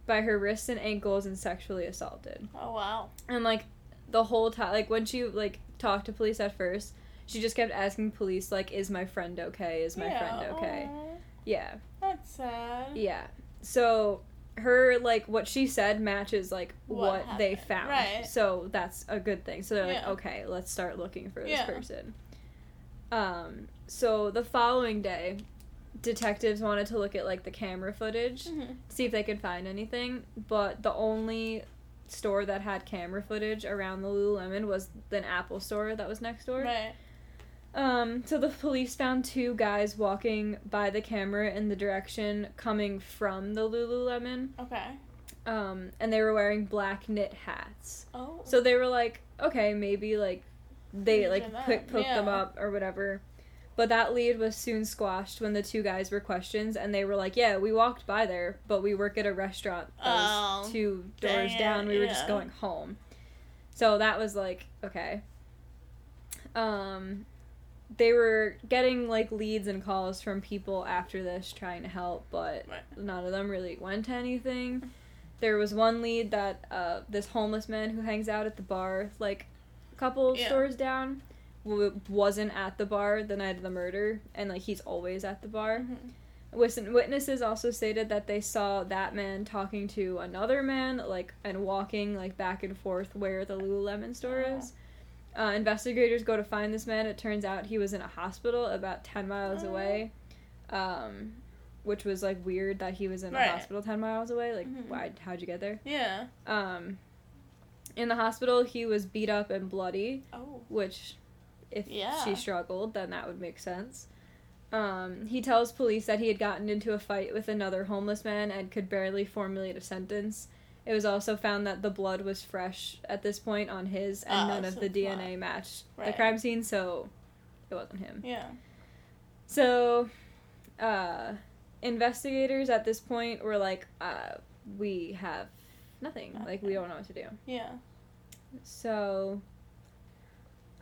Speaker 2: by her wrists and ankles and sexually assaulted
Speaker 1: Oh wow.
Speaker 2: and like the whole time like when she like talked to police at first she just kept asking police like is my friend okay is my
Speaker 1: yeah.
Speaker 2: friend okay
Speaker 1: aw,
Speaker 2: yeah
Speaker 1: that's sad.
Speaker 2: yeah so her like what she said matches like what,
Speaker 1: What
Speaker 2: they
Speaker 1: happened,
Speaker 2: found
Speaker 1: right.
Speaker 2: so that's a good thing so they're like
Speaker 1: Yeah.
Speaker 2: okay let's start looking for this
Speaker 1: Yeah.
Speaker 2: person um so the following day detectives wanted to look at like the camera footage
Speaker 1: Mhm.
Speaker 2: see if they could find anything. But the only store that had camera footage around the Lululemon was an Apple store that was next door.
Speaker 1: *laughs* Right.
Speaker 2: Um, so the police found two guys walking by the camera in the direction coming from the Lululemon,
Speaker 1: Okay.
Speaker 2: um, and they were wearing black knit hats.
Speaker 1: Oh.
Speaker 2: So they were like, okay, maybe like they
Speaker 1: These
Speaker 2: like
Speaker 1: are them,
Speaker 2: put, put them
Speaker 1: yeah.
Speaker 2: up or whatever. But that lead was soon squashed when the two guys were questioned, and they were like, "Yeah, we walked by there, but we work at a restaurant that was
Speaker 1: Oh,
Speaker 2: two doors
Speaker 1: dang
Speaker 2: down.
Speaker 1: it,
Speaker 2: We were just
Speaker 1: yeah.
Speaker 2: going home." So that was like, okay. Um, they were getting like leads and calls from people after this trying to help, but
Speaker 1: Right.
Speaker 2: none of them really went to anything. There was one lead that uh, this homeless man who hangs out at the bar, like a couple
Speaker 1: Yeah.
Speaker 2: stores down, w- wasn't at the bar the night of the murder, and like he's always at the bar.
Speaker 1: Mhm.
Speaker 2: Wis- Witnesses also stated that they saw that man talking to another man, like, and walking, like, back and forth where the Lululemon store
Speaker 1: Oh.
Speaker 2: is. Uh, investigators go to find this man. It turns out he was in a hospital about 10 miles
Speaker 1: Oh.
Speaker 2: away, um, which was, like, weird that he was in
Speaker 1: Right.
Speaker 2: a hospital 10 miles away. Like,
Speaker 1: Mhm.
Speaker 2: why, how'd you get there?
Speaker 1: Yeah.
Speaker 2: Um, in the hospital, he was beat up and bloody
Speaker 1: Oh.
Speaker 2: which if
Speaker 1: Yeah.
Speaker 2: she struggled then that would make sense um, he tells police that he had gotten into a fight with another homeless man and could barely formulate a sentence it was also found that the blood was fresh at this point on his and
Speaker 1: Oh,
Speaker 2: none of
Speaker 1: so
Speaker 2: the
Speaker 1: it's not-
Speaker 2: dna matched the
Speaker 1: Right.
Speaker 2: crime scene so it wasn't him
Speaker 1: Yeah.
Speaker 2: so, uh, investigators at this point were like, uh, we have nothing. Like, we
Speaker 1: Nothing.
Speaker 2: don't know what to do.
Speaker 1: Yeah.
Speaker 2: So,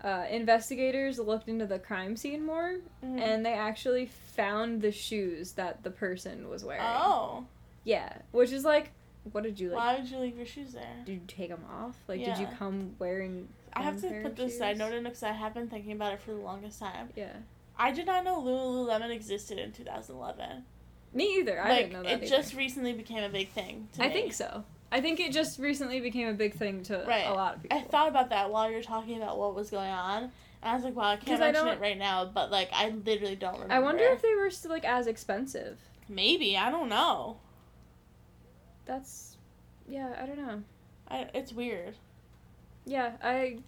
Speaker 2: uh, investigators looked into the crime scene more,
Speaker 1: Mhm.
Speaker 2: and they actually found the shoes that the person was wearing.
Speaker 1: Oh.
Speaker 2: Yeah, which is like, what did you like?
Speaker 1: Why would you leave your shoes there?
Speaker 2: Did you take them off? Like, did you
Speaker 1: Yeah.
Speaker 2: come wearing?
Speaker 1: I have
Speaker 2: one
Speaker 1: to
Speaker 2: pair
Speaker 1: put
Speaker 2: of
Speaker 1: this side
Speaker 2: shoes?
Speaker 1: note in because I have been thinking about it for the longest time.
Speaker 2: Yeah,
Speaker 1: I did not know Lululemon existed in 2011.
Speaker 2: me either. I
Speaker 1: like,
Speaker 2: didn't know that.
Speaker 1: it
Speaker 2: either.
Speaker 1: just recently became a big thing. To
Speaker 2: I
Speaker 1: me.
Speaker 2: think so. I think it just recently became a big thing to
Speaker 1: Right.
Speaker 2: a lot of people.
Speaker 1: I thought about that while you were talking about what was going on, and I was like, "Wow, I can't
Speaker 2: 'Cause I
Speaker 1: mention
Speaker 2: don't-
Speaker 1: it right now." But like, I literally don't remember.
Speaker 2: I wonder if they were still like as expensive.
Speaker 1: maybe I don't know.
Speaker 2: That's yeah, I don't know.
Speaker 1: I, it's weird.
Speaker 2: Yeah, I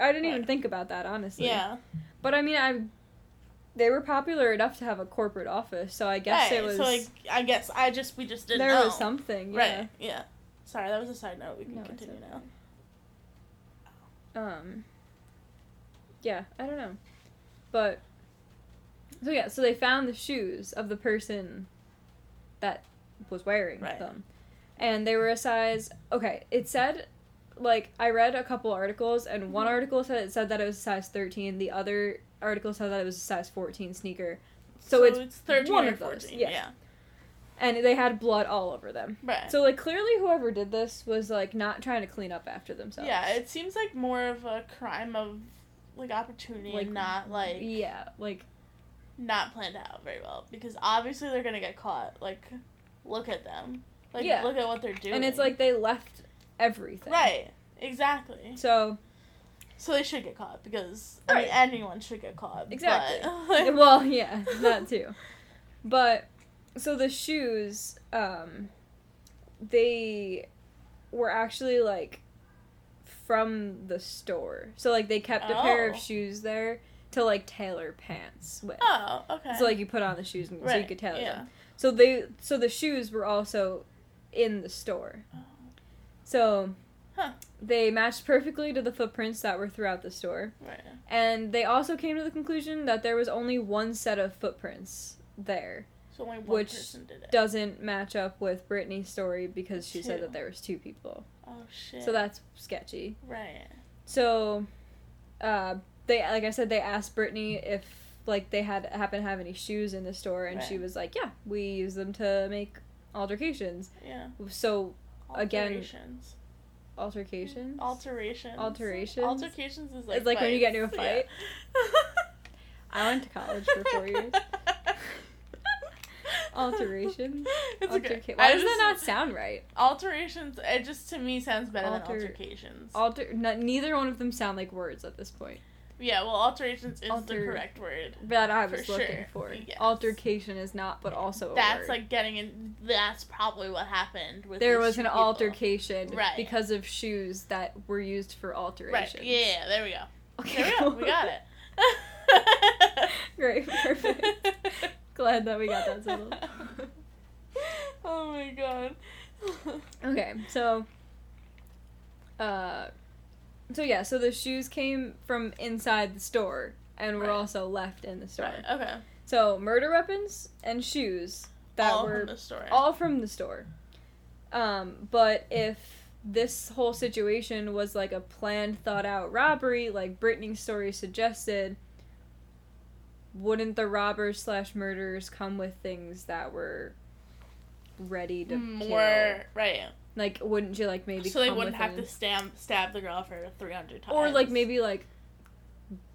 Speaker 2: I didn't even
Speaker 1: Right.
Speaker 2: think about that honestly.
Speaker 1: yeah,
Speaker 2: But I mean, I they were popular enough to have a corporate office, so I guess
Speaker 1: right.
Speaker 2: it was
Speaker 1: So like, I guess I just we just didn't
Speaker 2: there
Speaker 1: know.
Speaker 2: was something, yeah.
Speaker 1: Right. Yeah. Sorry, that was a side note. We can
Speaker 2: No, it's
Speaker 1: continue
Speaker 2: okay.
Speaker 1: now.
Speaker 2: Um Yeah, I don't know. But so yeah, so they found the shoes of the person that was wearing
Speaker 1: Right.
Speaker 2: them. And they were a size okay, it said like I read a couple articles and one
Speaker 1: Mhm.
Speaker 2: article said it said that it was a size 13, the other article said that it was a size 14 sneaker. So it's
Speaker 1: thirteen
Speaker 2: one
Speaker 1: or
Speaker 2: of those,
Speaker 1: 14,
Speaker 2: yeah. and they had blood all over them.
Speaker 1: Right.
Speaker 2: So like clearly whoever did this was like not trying to clean up after themselves.
Speaker 1: yeah, it seems like more of a crime of like opportunity
Speaker 2: Like,
Speaker 1: and not like
Speaker 2: yeah, like
Speaker 1: not planned out very well because obviously they're gonna get caught. Like, look at them. Like,
Speaker 2: Yeah.
Speaker 1: look at what they're doing.
Speaker 2: and it's like they left everything.
Speaker 1: right, exactly. *laughs*
Speaker 2: So *laughs*
Speaker 1: So they should get caught because I
Speaker 2: Right.
Speaker 1: mean anyone should get caught. *laughs*
Speaker 2: Exactly.
Speaker 1: But,
Speaker 2: well, yeah, that too. But so the shoes um they were actually like from the store. So like they kept a pair of
Speaker 1: Oh.
Speaker 2: shoes there to like tailor pants with.
Speaker 1: Oh, okay.
Speaker 2: So like you put on the shoes and so you
Speaker 1: Right,
Speaker 2: could tailor
Speaker 1: yeah.
Speaker 2: them. So they so the shoes were also in the store.
Speaker 1: Oh.
Speaker 2: So
Speaker 1: Huh.
Speaker 2: they matched perfectly to the footprints that were throughout the store.
Speaker 1: Right.
Speaker 2: And they also came to the conclusion that there was only one set of footprints there.
Speaker 1: So only one
Speaker 2: Which
Speaker 1: person did it.
Speaker 2: Doesn't match up with Brittany's story because she said
Speaker 1: Two.
Speaker 2: that there was two people.
Speaker 1: oh shit.
Speaker 2: So that's sketchy.
Speaker 1: right.
Speaker 2: So, uh, they like I said, they asked Brittany if like they had happen to have any shoes in the store, and she
Speaker 1: Right.
Speaker 2: was like, "Yeah, we use them to make altercations."
Speaker 1: Yeah.
Speaker 2: So Again,
Speaker 1: Alterations.
Speaker 2: altercations.
Speaker 1: Alterations.
Speaker 2: Alterations?
Speaker 1: Altercations is like
Speaker 2: It's like when you get into a
Speaker 1: fights. Yeah.
Speaker 2: I went to college for
Speaker 1: *laughs*
Speaker 2: four years. Alterations?
Speaker 1: It's
Speaker 2: Alterca-
Speaker 1: okay.
Speaker 2: Why
Speaker 1: I
Speaker 2: does that
Speaker 1: just-
Speaker 2: not sound right?
Speaker 1: Alterations. It just to me sounds better
Speaker 2: Alter-
Speaker 1: than altercations.
Speaker 2: Alter. No, neither one of them sound like words at this point
Speaker 1: yeah. Well, alterations is
Speaker 2: Alter-
Speaker 1: the correct word.
Speaker 2: that I
Speaker 1: For
Speaker 2: was
Speaker 1: sure,
Speaker 2: looking for.
Speaker 1: yes.
Speaker 2: Altercation is not, but also a
Speaker 1: That's
Speaker 2: word.
Speaker 1: like getting in. That's probably what happened. With
Speaker 2: there
Speaker 1: these
Speaker 2: was
Speaker 1: two
Speaker 2: an
Speaker 1: people.
Speaker 2: altercation
Speaker 1: Right.
Speaker 2: because of shoes that were used for
Speaker 1: Right.
Speaker 2: alterations.
Speaker 1: Yeah. There we go.
Speaker 2: Okay. *laughs*
Speaker 1: There we go. We got it. *laughs*
Speaker 2: Great, perfect. *laughs* Glad that we got that settled.
Speaker 1: *laughs* oh my god.
Speaker 2: Okay, so uh so yeah, so the shoes came from inside the store and were
Speaker 1: Right.
Speaker 2: also left in the store.
Speaker 1: Right, okay.
Speaker 2: So murder weapons and shoes that
Speaker 1: All
Speaker 2: were
Speaker 1: from the story.
Speaker 2: all from the store. Um, but if this whole situation was like a planned, thought out robbery, like Brittany's story suggested, wouldn't the robbers slash murderers come with things that were ready to
Speaker 1: more
Speaker 2: kill?
Speaker 1: Mm, right,
Speaker 2: Like, wouldn't you like maybe
Speaker 1: so they
Speaker 2: come
Speaker 1: wouldn't
Speaker 2: with
Speaker 1: have
Speaker 2: an-
Speaker 1: to stab stab the girl for three hundred times.
Speaker 2: or like maybe like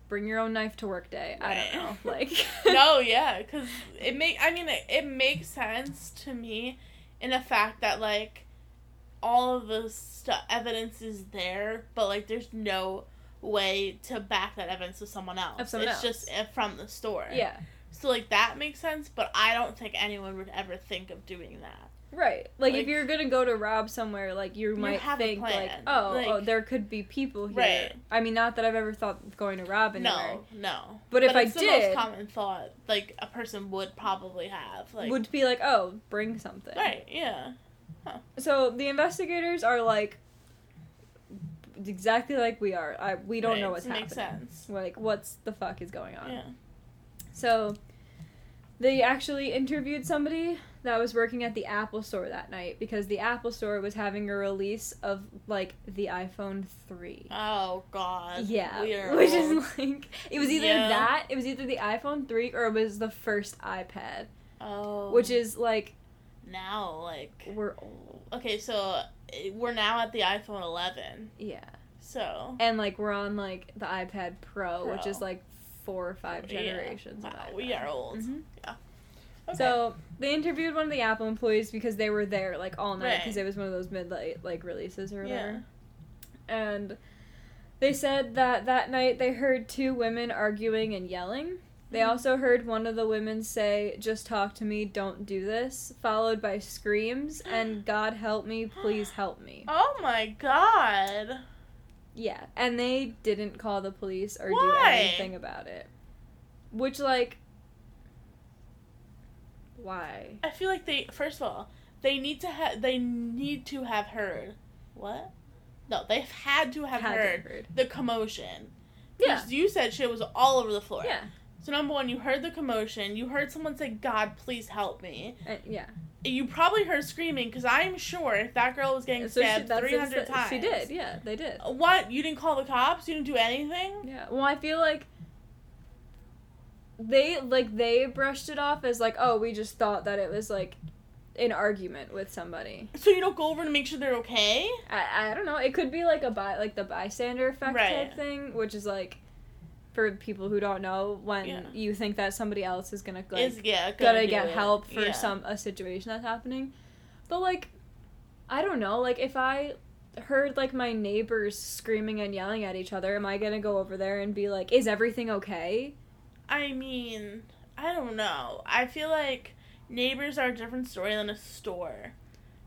Speaker 2: bring your own knife to work day. I
Speaker 1: Right.
Speaker 2: don't know. *laughs* Like
Speaker 1: *laughs* *laughs* no, yeah, because it make I mean it, it makes sense to me in the fact that like all of the stu- evidence is there, but like there's no way to back that evidence with someone else.
Speaker 2: someone
Speaker 1: it's
Speaker 2: else.
Speaker 1: just uh, from the store.
Speaker 2: Yeah.
Speaker 1: So like that makes sense, but I don't think anyone would ever think of doing that.
Speaker 2: Right. Like, if
Speaker 1: Like-
Speaker 2: you're gonna go to rob somewhere, like you might
Speaker 1: have a
Speaker 2: think like,
Speaker 1: plan.
Speaker 2: oh,
Speaker 1: Like-
Speaker 2: oh, there could be people here.
Speaker 1: Right.
Speaker 2: I mean, not that I've ever thought of going to rob anywhere.
Speaker 1: No, no.
Speaker 2: But if I
Speaker 1: it's the
Speaker 2: did-
Speaker 1: most common thought like a person would probably have like
Speaker 2: Would be like, oh, bring something.
Speaker 1: right, yeah,
Speaker 2: So the investigators are like exactly like we are. I, we don't know
Speaker 1: Right,
Speaker 2: what's
Speaker 1: it
Speaker 2: happening.
Speaker 1: makes sense.
Speaker 2: We're like, what's the fuck is going on?
Speaker 1: Yeah,
Speaker 2: So they actually interviewed somebody that was working at the Apple store that night because the Apple store was having a release of like the iPhone 3.
Speaker 1: Oh God.
Speaker 2: Yeah,
Speaker 1: We are
Speaker 2: *laughs* which
Speaker 1: old.
Speaker 2: is like it was either
Speaker 1: Yeah.
Speaker 2: that, it was either the iPhone three or it was the first iPad,
Speaker 1: oh,
Speaker 2: which is like
Speaker 1: now like
Speaker 2: we're old,
Speaker 1: okay. So uh, we're now at the iPhone 11.
Speaker 2: yeah,
Speaker 1: So
Speaker 2: and like we're on like the iPad Pro, which is
Speaker 1: Pro.
Speaker 2: like four or five
Speaker 1: yeah.
Speaker 2: generations.
Speaker 1: Wow,
Speaker 2: of iPad.
Speaker 1: we are old.
Speaker 2: Mhm.
Speaker 1: Okay.
Speaker 2: So they interviewed one of the Apple employees because they were there like all night
Speaker 1: Right.
Speaker 2: because it was one of those midnight like releases or
Speaker 1: yeah.
Speaker 2: whatever, and they said that that night they heard two women arguing and yelling. They
Speaker 1: Mhm.
Speaker 2: also heard one of the women say, Just talk to me, don't do this, followed by
Speaker 1: *gasps*
Speaker 2: screams and God help me, please help me.
Speaker 1: Oh my God.
Speaker 2: Yeah, and they didn't call the police or
Speaker 1: Why?
Speaker 2: do anything about it. Which, like, why?
Speaker 1: I feel like they first of all they need to have they need to have heard what? No, they've had to have
Speaker 2: Had they
Speaker 1: heard the commotion.
Speaker 2: Yeah.
Speaker 1: 'Cause You said shit was all over the floor.
Speaker 2: Yeah.
Speaker 1: So number one, you heard the commotion. You heard someone say, "God, please help me."
Speaker 2: Uh, yeah.
Speaker 1: you probably heard screaming because I'm sure if that girl was getting
Speaker 2: So she-
Speaker 1: stabbed
Speaker 2: that's
Speaker 1: 300
Speaker 2: exa-
Speaker 1: times.
Speaker 2: She did, yeah, they did.
Speaker 1: What? You didn't call the cops? You didn't do anything?
Speaker 2: Yeah. Well, I feel like they like they brushed it off as like, oh, we just thought that it was like an argument with somebody.
Speaker 1: So you don't go over to make sure they're okay?
Speaker 2: I I don't know. It could be like a by like the bystander effect type
Speaker 1: Right.
Speaker 2: thing, which is like for people who don't know when
Speaker 1: Yeah.
Speaker 2: you think that somebody else is gonna like,
Speaker 1: Is yeah,
Speaker 2: gonna
Speaker 1: do
Speaker 2: get
Speaker 1: it.
Speaker 2: help for
Speaker 1: Yeah.
Speaker 2: some a situation that's happening. But like I don't know, like if I heard like my neighbors screaming and yelling at each other, am I gonna go over there and be like, Is everything okay?
Speaker 1: I mean, I don't know. I feel like neighbors are a different story than a store.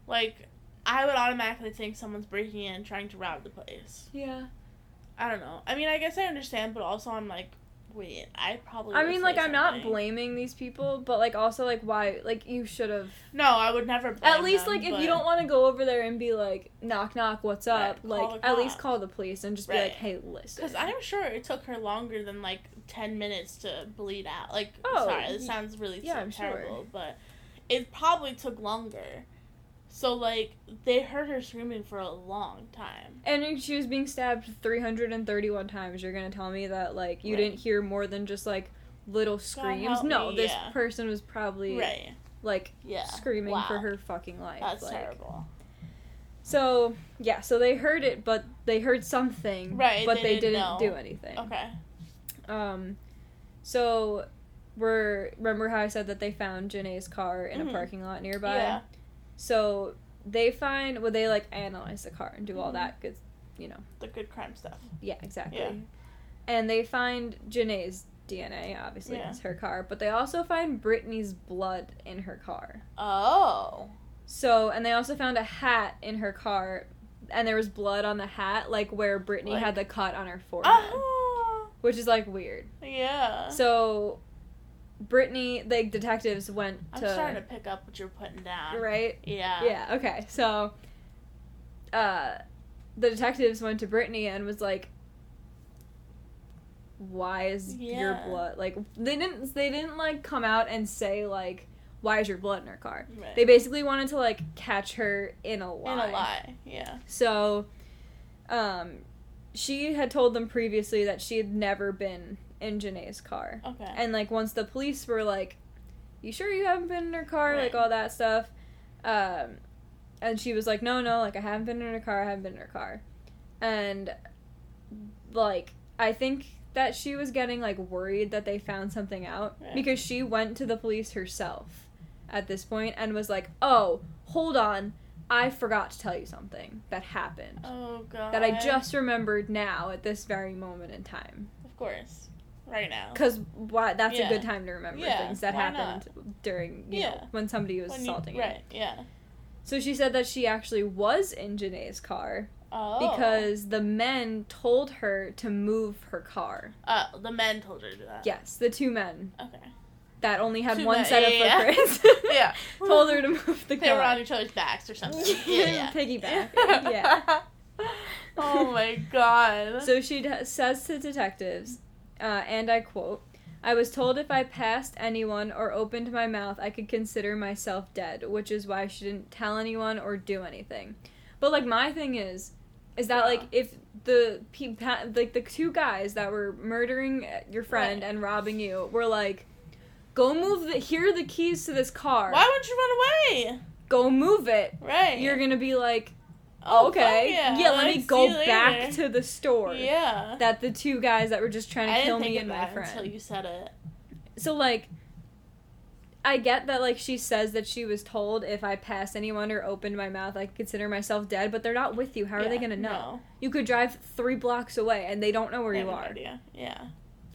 Speaker 1: Like, I would automatically think someone's breaking in trying to rob the place.
Speaker 2: Yeah.
Speaker 1: I don't know. I mean, I guess I understand, but also I'm like, wait, I probably.
Speaker 2: I
Speaker 1: would
Speaker 2: mean
Speaker 1: say
Speaker 2: like I'm not
Speaker 1: something.
Speaker 2: blaming these people, but like also like why like you should have
Speaker 1: No, I would never. Blame
Speaker 2: at least
Speaker 1: them,
Speaker 2: like if
Speaker 1: but-
Speaker 2: you don't want to go over there and be like knock knock what's
Speaker 1: Right,
Speaker 2: up
Speaker 1: call
Speaker 2: like
Speaker 1: the
Speaker 2: at least
Speaker 1: cops.
Speaker 2: call the police and just be
Speaker 1: Right.
Speaker 2: like hey listen
Speaker 1: Because I'm sure it took her longer than like ten minutes to bleed out. Like,
Speaker 2: Oh,
Speaker 1: sorry, this
Speaker 2: y-
Speaker 1: sounds really
Speaker 2: yeah,
Speaker 1: so
Speaker 2: I'm sure.
Speaker 1: terrible, but it probably took longer. So like they heard her screaming for a long time.
Speaker 2: and if she was being stabbed 331 times you're gonna tell me that like you
Speaker 1: Right.
Speaker 2: didn't hear more than just like little screams
Speaker 1: help
Speaker 2: no
Speaker 1: me,
Speaker 2: this
Speaker 1: yeah.
Speaker 2: person was probably
Speaker 1: Right.
Speaker 2: like
Speaker 1: Yeah.
Speaker 2: screaming for
Speaker 1: Wow.
Speaker 2: her fucking life
Speaker 1: That's
Speaker 2: like
Speaker 1: terrible.
Speaker 2: so yeah so they heard it but they heard something
Speaker 1: Right,
Speaker 2: but
Speaker 1: they
Speaker 2: they,
Speaker 1: didn't
Speaker 2: didn't
Speaker 1: know.
Speaker 2: do anything
Speaker 1: Okay.
Speaker 2: Um, so we're remember how I said that they found Janae's car in
Speaker 1: Mhm.
Speaker 2: a parking lot nearby.
Speaker 1: Yeah.
Speaker 2: So they find well they like analyze the car and do all
Speaker 1: Mhm.
Speaker 2: that because you know
Speaker 1: The good crime stuff.
Speaker 2: yeah exactly.
Speaker 1: Yeah.
Speaker 2: And they find Janae's DNA obviously
Speaker 1: Yeah.
Speaker 2: it's her car, but they also find Brittany's blood in her car.
Speaker 1: Oh.
Speaker 2: So and they also found a hat in her car. And there was blood on the hat, like where Brittany
Speaker 1: Like-
Speaker 2: had the cut on her forehead.
Speaker 1: Oh.
Speaker 2: which is like weird.
Speaker 1: Yeah.
Speaker 2: So, Brittany, like detectives went
Speaker 1: I'm
Speaker 2: to
Speaker 1: starting to pick up what you're putting down.
Speaker 2: right.
Speaker 1: Yeah.
Speaker 2: Yeah. Okay. So, uh, the detectives went to Brittany and was like, "Why is your
Speaker 1: Yeah.
Speaker 2: blood like?" They didn't. They didn't like come out and say like, "Why is your blood in her car?"
Speaker 1: Right.
Speaker 2: They basically wanted to like catch her in a lie.
Speaker 1: In a lie. Yeah.
Speaker 2: So, um, she had told them previously that she had never been in Janae's car.
Speaker 1: Okay.
Speaker 2: And like once the police were like, "You sure you haven't been in her car?" Like
Speaker 1: Right.
Speaker 2: all that stuff. Um, and she was like, "No, no, like I haven't been in her car. I haven't been in her car." And like I think that she was getting like worried that they found something out
Speaker 1: Right.
Speaker 2: because she went to the police herself at this point and was like, "Oh, hold on. I forgot to tell you something that happened."
Speaker 1: oh god.
Speaker 2: That I just remembered now at this very moment in time.
Speaker 1: Of course. Right now.
Speaker 2: Because why? That's
Speaker 1: Yeah.
Speaker 2: a good time to remember
Speaker 1: Yeah,
Speaker 2: things that
Speaker 1: why
Speaker 2: happened during you know,
Speaker 1: Yeah.
Speaker 2: when somebody was
Speaker 1: When you-
Speaker 2: assaulting you.
Speaker 1: Right. Yeah.
Speaker 2: So she said that she actually was in Janae's car
Speaker 1: Oh.
Speaker 2: because the men told her to move her car.
Speaker 1: uh, the men told her to do that.
Speaker 2: Yes, the two men
Speaker 1: Okay.
Speaker 2: *laughs* that only had
Speaker 1: Two
Speaker 2: one
Speaker 1: men,
Speaker 2: set of
Speaker 1: yeah, yeah. *laughs*
Speaker 2: footprints
Speaker 1: Yeah.
Speaker 2: *laughs* told her to move the
Speaker 1: They
Speaker 2: car.
Speaker 1: were on each other's backs or
Speaker 2: *laughs*
Speaker 1: something. yeah. yeah. *laughs*
Speaker 2: Piggyback. yeah.
Speaker 1: oh my god.
Speaker 2: So she d- says to detectives, uh, and I quote, I was told if I passed anyone or opened my mouth, I could consider myself dead, which is why she didn't tell anyone or do anything. But like my thing is, is that like
Speaker 1: Yeah.
Speaker 2: if the pe- pa- like the two guys that were murdering uh, your friend
Speaker 1: Right.
Speaker 2: and robbing you were like, go move the here are the keys to this car,
Speaker 1: Why would you run away?
Speaker 2: go move it.
Speaker 1: Right.
Speaker 2: You're gonna be like,
Speaker 1: Oh,
Speaker 2: okay,
Speaker 1: fuck
Speaker 2: yeah, let
Speaker 1: like,
Speaker 2: me
Speaker 1: see
Speaker 2: go
Speaker 1: you
Speaker 2: back
Speaker 1: later.
Speaker 2: to the store
Speaker 1: Yeah.
Speaker 2: that the two guys that were just trying to
Speaker 1: I
Speaker 2: kill
Speaker 1: didn't
Speaker 2: me
Speaker 1: think
Speaker 2: and
Speaker 1: about
Speaker 2: my
Speaker 1: it
Speaker 2: friend.
Speaker 1: until you said it.
Speaker 2: So like I get that like she says that she was told if I passed anyone or opened my mouth I could consider myself dead, but they're not with you. How are they
Speaker 1: Yeah,
Speaker 2: going to know?
Speaker 1: no.
Speaker 2: You could drive 3 blocks away and they don't know where
Speaker 1: I
Speaker 2: you
Speaker 1: have no
Speaker 2: are.
Speaker 1: idea. Yeah.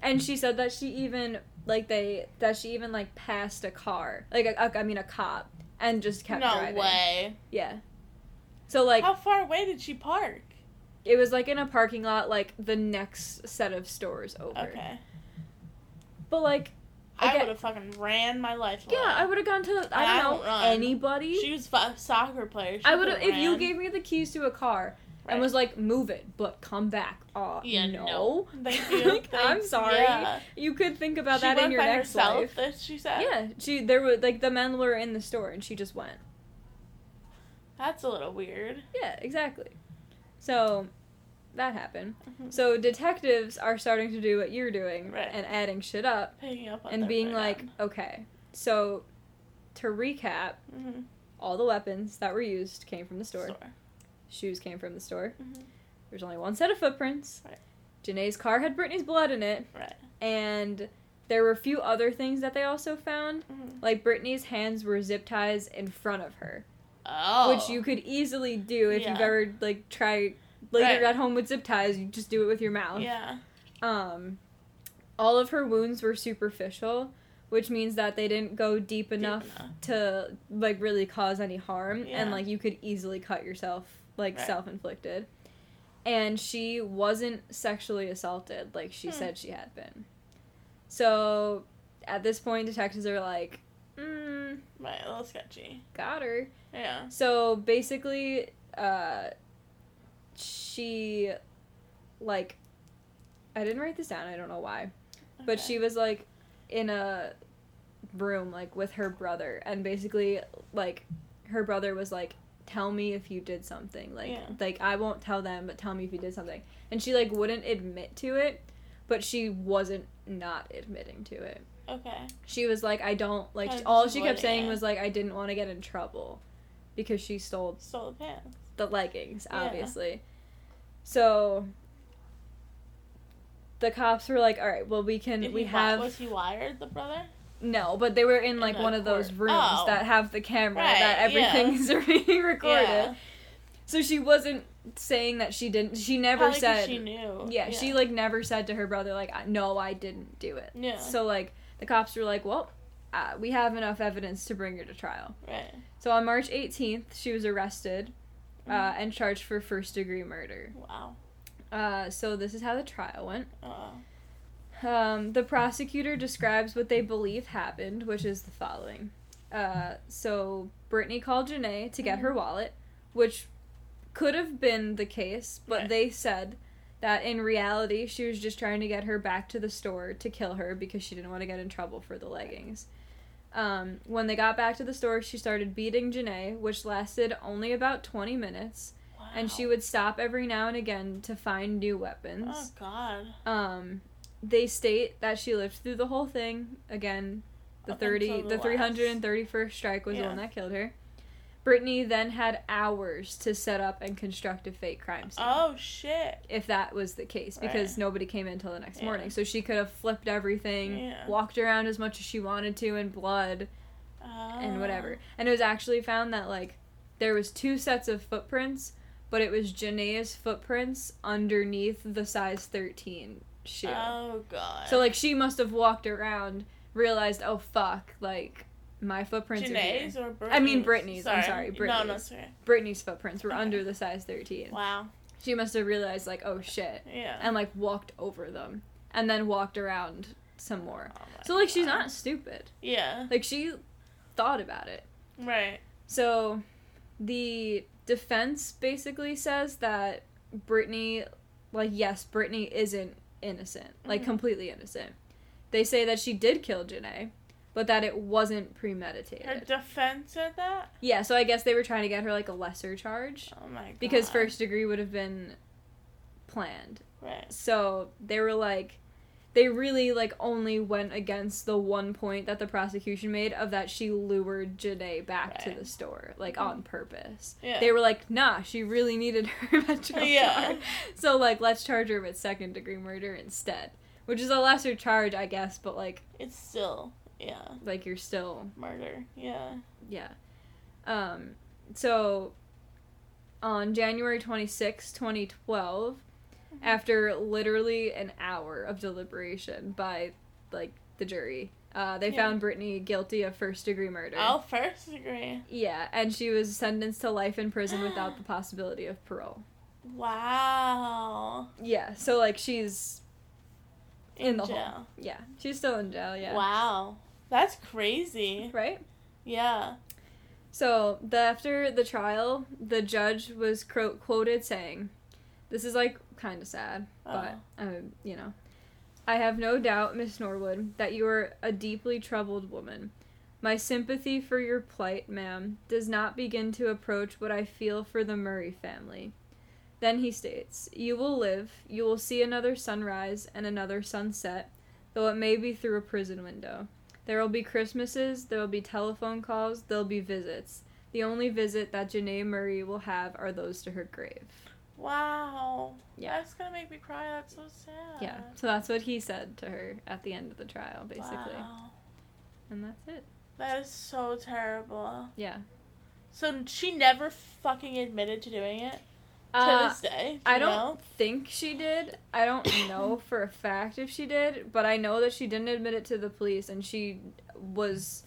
Speaker 2: And she said that she even like they that she even like passed a car. Like a, a, I mean a cop and just kept
Speaker 1: no
Speaker 2: driving.
Speaker 1: way.
Speaker 2: Yeah. So like
Speaker 1: How far away did she park?
Speaker 2: it was like in a parking lot like the next set of stores over.
Speaker 1: Okay.
Speaker 2: But like
Speaker 1: I,
Speaker 2: Again-
Speaker 1: would have fucking ran my life.
Speaker 2: yeah,
Speaker 1: away.
Speaker 2: I would have gone to I
Speaker 1: I
Speaker 2: don't know
Speaker 1: don't run.
Speaker 2: anybody.
Speaker 1: She was a soccer player. She
Speaker 2: I would have
Speaker 1: could've
Speaker 2: if you
Speaker 1: ran.
Speaker 2: gave me the keys to a car
Speaker 1: Right. *laughs*
Speaker 2: and was like, "Move it, but come back." Oh,
Speaker 1: Yeah,
Speaker 2: no.
Speaker 1: no.
Speaker 2: *laughs*
Speaker 1: Thank you.
Speaker 2: Like, I'm
Speaker 1: Thanks.
Speaker 2: sorry.
Speaker 1: Yeah.
Speaker 2: You could think about
Speaker 1: she
Speaker 2: that
Speaker 1: went
Speaker 2: in your
Speaker 1: by
Speaker 2: next
Speaker 1: herself,
Speaker 2: life.
Speaker 1: that she said.
Speaker 2: Yeah, she there were like the men were in the store and she just went.
Speaker 1: That's a little weird.
Speaker 2: Yeah, exactly. So that happened. So *laughs* detectives are starting to do what you're doing
Speaker 1: Right.
Speaker 2: and adding shit up
Speaker 1: Picking up on
Speaker 2: and
Speaker 1: their
Speaker 2: being
Speaker 1: friend.
Speaker 2: like, "Okay, so to recap,
Speaker 1: Mhm.
Speaker 2: all the weapons that were used came from the store.
Speaker 1: Store.
Speaker 2: Shoes came from the store.
Speaker 1: Mhm.
Speaker 2: There's only one set of footprints.
Speaker 1: Right.
Speaker 2: Janae's car had Brittany's blood in it,
Speaker 1: Right.
Speaker 2: and there were a few other things that they also found.
Speaker 1: Mhm.
Speaker 2: Like Brittany's hands were zip ties in front of her,
Speaker 1: Oh.
Speaker 2: which you could easily do if you've
Speaker 1: Yeah.
Speaker 2: ever like tried later
Speaker 1: Right.
Speaker 2: at home with zip ties. You just do it with your mouth.
Speaker 1: Yeah.
Speaker 2: Um, all of her wounds were superficial, which means that they didn't go deep enough,
Speaker 1: enough.
Speaker 2: to like really cause any harm, and
Speaker 1: Yeah.
Speaker 2: like you could easily cut yourself, like
Speaker 1: Right.
Speaker 2: self inflicted. And she wasn't sexually assaulted, like she
Speaker 1: Hmm.
Speaker 2: said she had been. So, at this point, detectives are like, mm,
Speaker 1: Right. A little sketchy.
Speaker 2: "Got her."
Speaker 1: Yeah.
Speaker 2: So basically, uh, she, like, I didn't write this down. I don't know why, but
Speaker 1: Okay.
Speaker 2: she was like in a room like with her brother, and basically like her brother was like, "Tell me if you did something. Like,
Speaker 1: Yeah.
Speaker 2: like I won't tell them, but tell me if you did something." And she like wouldn't admit to it, but she wasn't not admitting to it.
Speaker 1: Okay.
Speaker 2: She was like, "I don't like."
Speaker 1: Kinda
Speaker 2: all
Speaker 1: just
Speaker 2: she kept
Speaker 1: avoiding
Speaker 2: saying
Speaker 1: it.
Speaker 2: was like, "I didn't want to get in trouble." Because she stole
Speaker 1: Stole the pants.
Speaker 2: the leggings,
Speaker 1: Yeah.
Speaker 2: obviously. So the cops were like, "All right, well, we can
Speaker 1: Did
Speaker 2: we
Speaker 1: he wi-
Speaker 2: have
Speaker 1: Was he wired, the brother?
Speaker 2: no," but they were in like
Speaker 1: the
Speaker 2: one of those
Speaker 1: court.
Speaker 2: rooms
Speaker 1: Oh.
Speaker 2: that have the camera
Speaker 1: Right,
Speaker 2: that
Speaker 1: yeah.
Speaker 2: everything's *laughs* being recorded.
Speaker 1: Yeah.
Speaker 2: So she wasn't saying that she didn't. She never
Speaker 1: Probably 'cause
Speaker 2: said.
Speaker 1: she knew.
Speaker 2: yeah, she like never said to her brother like, "I- "No, I didn't do it."
Speaker 1: Yeah.
Speaker 2: So like the cops were like, "Well, uh, we have enough evidence to bring her to trial."
Speaker 1: Right.
Speaker 2: So on March 18th, she was arrested uh,
Speaker 1: Mhm.
Speaker 2: and charged for first degree murder.
Speaker 1: Mm-hmm. Wow.
Speaker 2: Uh, so this is how the trial went.
Speaker 1: Uh,
Speaker 2: Um, the prosecutor describes what they believe happened, which is the following. Uh, so Brittany called Janae to get her wallet, which could have been the case, but
Speaker 1: Right.
Speaker 2: they said that in reality she was just trying to get her back to the store to kill her because she didn't want to get in trouble for the leggings. Um, when they got back to the store, she started beating Janae, which lasted only about 20 minutes,
Speaker 1: Wow.
Speaker 2: and she would stop every now and again to find new weapons.
Speaker 1: Oh God.
Speaker 2: Um, they state that she lived through the whole thing. Again, the
Speaker 1: Up
Speaker 2: thirty,
Speaker 1: until
Speaker 2: the
Speaker 1: the
Speaker 2: three hundred and thirty-first strike was the
Speaker 1: Yeah.
Speaker 2: one that killed her. Brittany then had hours to set up and construct a fake crime scene.
Speaker 1: Oh shit.
Speaker 2: If that was the case, because
Speaker 1: Right.
Speaker 2: nobody came in till the next
Speaker 1: Yeah.
Speaker 2: morning, so she could have flipped everything,
Speaker 1: Yeah.
Speaker 2: walked around as much as she wanted to in blood
Speaker 1: Oh.
Speaker 2: and whatever. And it was actually found that like there was two sets of footprints, but it was Janaea's footprints underneath the size thirteen shoe.
Speaker 1: Oh God.
Speaker 2: So like she must have walked around, realized, oh fuck, like my footprints
Speaker 1: Janae's
Speaker 2: are here.
Speaker 1: or Britney's?
Speaker 2: I mean Britney's, I'm sorry,
Speaker 1: No, no,
Speaker 2: Britney's.
Speaker 1: sorry.
Speaker 2: Brittany's footprints were
Speaker 1: Okay.
Speaker 2: under the size thirteen.
Speaker 1: Wow.
Speaker 2: She must have realized like, oh shit,
Speaker 1: Yeah.
Speaker 2: and like walked over them, and then walked around some more.
Speaker 1: Oh, my
Speaker 2: So like she's
Speaker 1: God.
Speaker 2: not stupid.
Speaker 1: Yeah.
Speaker 2: Like she thought about it.
Speaker 1: Right.
Speaker 2: So the defense basically says that Brittany, like, yes, Brittany isn't innocent, like,
Speaker 1: Mhm.
Speaker 2: completely innocent. They say that she did kill Janae, but that it wasn't premeditated.
Speaker 1: Her defense said that.
Speaker 2: yeah, so I guess they were trying to get her, like, a lesser charge
Speaker 1: Oh my God.
Speaker 2: because first degree would have been planned.
Speaker 1: Right.
Speaker 2: So they were like, they really like only went against the one point that the prosecution made of that she lured Janae back to
Speaker 1: Right.
Speaker 2: the store, like
Speaker 1: Mhm.
Speaker 2: on purpose.
Speaker 1: Yeah. *laughs*
Speaker 2: They were like, nah, she really needed her *laughs* metro
Speaker 1: Yeah.
Speaker 2: card. So like, let's charge her with second degree murder instead, which is a lesser charge, I guess, but like,
Speaker 1: It's still yeah
Speaker 2: like you're still
Speaker 1: murder. Yeah.
Speaker 2: yeah. Um, so on January 26, 2012,
Speaker 1: Mm-hmm.
Speaker 2: after literally an hour of deliberation by like the jury, uh, they
Speaker 1: Yeah.
Speaker 2: found Brittany guilty of first degree murder.
Speaker 1: Oh, first degree.
Speaker 2: Yeah, and she was sentenced to life in prison without the possibility of parole.
Speaker 1: Wow.
Speaker 2: Yeah, so like she's In the hole.
Speaker 1: jail.
Speaker 2: yeah, she's still in jail, yeah.
Speaker 1: Wow. That's crazy.
Speaker 2: Right?
Speaker 1: Yeah.
Speaker 2: So, the, after the trial, the judge was cro- quoted saying, This is like kind of sad,
Speaker 1: Oh.
Speaker 2: but, um, you know, I have no doubt, Miss Norwood, that you are a deeply troubled woman. My sympathy for your plight, ma'am, does not begin to approach what I feel for the Murray family. Then he states, You will live, you will see another sunrise and another sunset, though it may be through a prison window. There will be Christmases, there will be telephone calls, there will be visits. The only visit that Janae Murray will have are those to her grave.
Speaker 1: Wow.
Speaker 2: Yeah.
Speaker 1: That's gonna make me cry. That's so sad.
Speaker 2: Yeah, so that's what he said to her at the end of the trial, basically.
Speaker 1: Wow.
Speaker 2: And that's it.
Speaker 1: That is so terrible.
Speaker 2: Yeah.
Speaker 1: So she never fucking admitted to doing it to
Speaker 2: Uh,
Speaker 1: this day.
Speaker 2: I
Speaker 1: you
Speaker 2: don't
Speaker 1: know?
Speaker 2: think she did. I
Speaker 1: *coughs*
Speaker 2: don't know for a fact if she did, but I know that she didn't admit it to the police, and she was.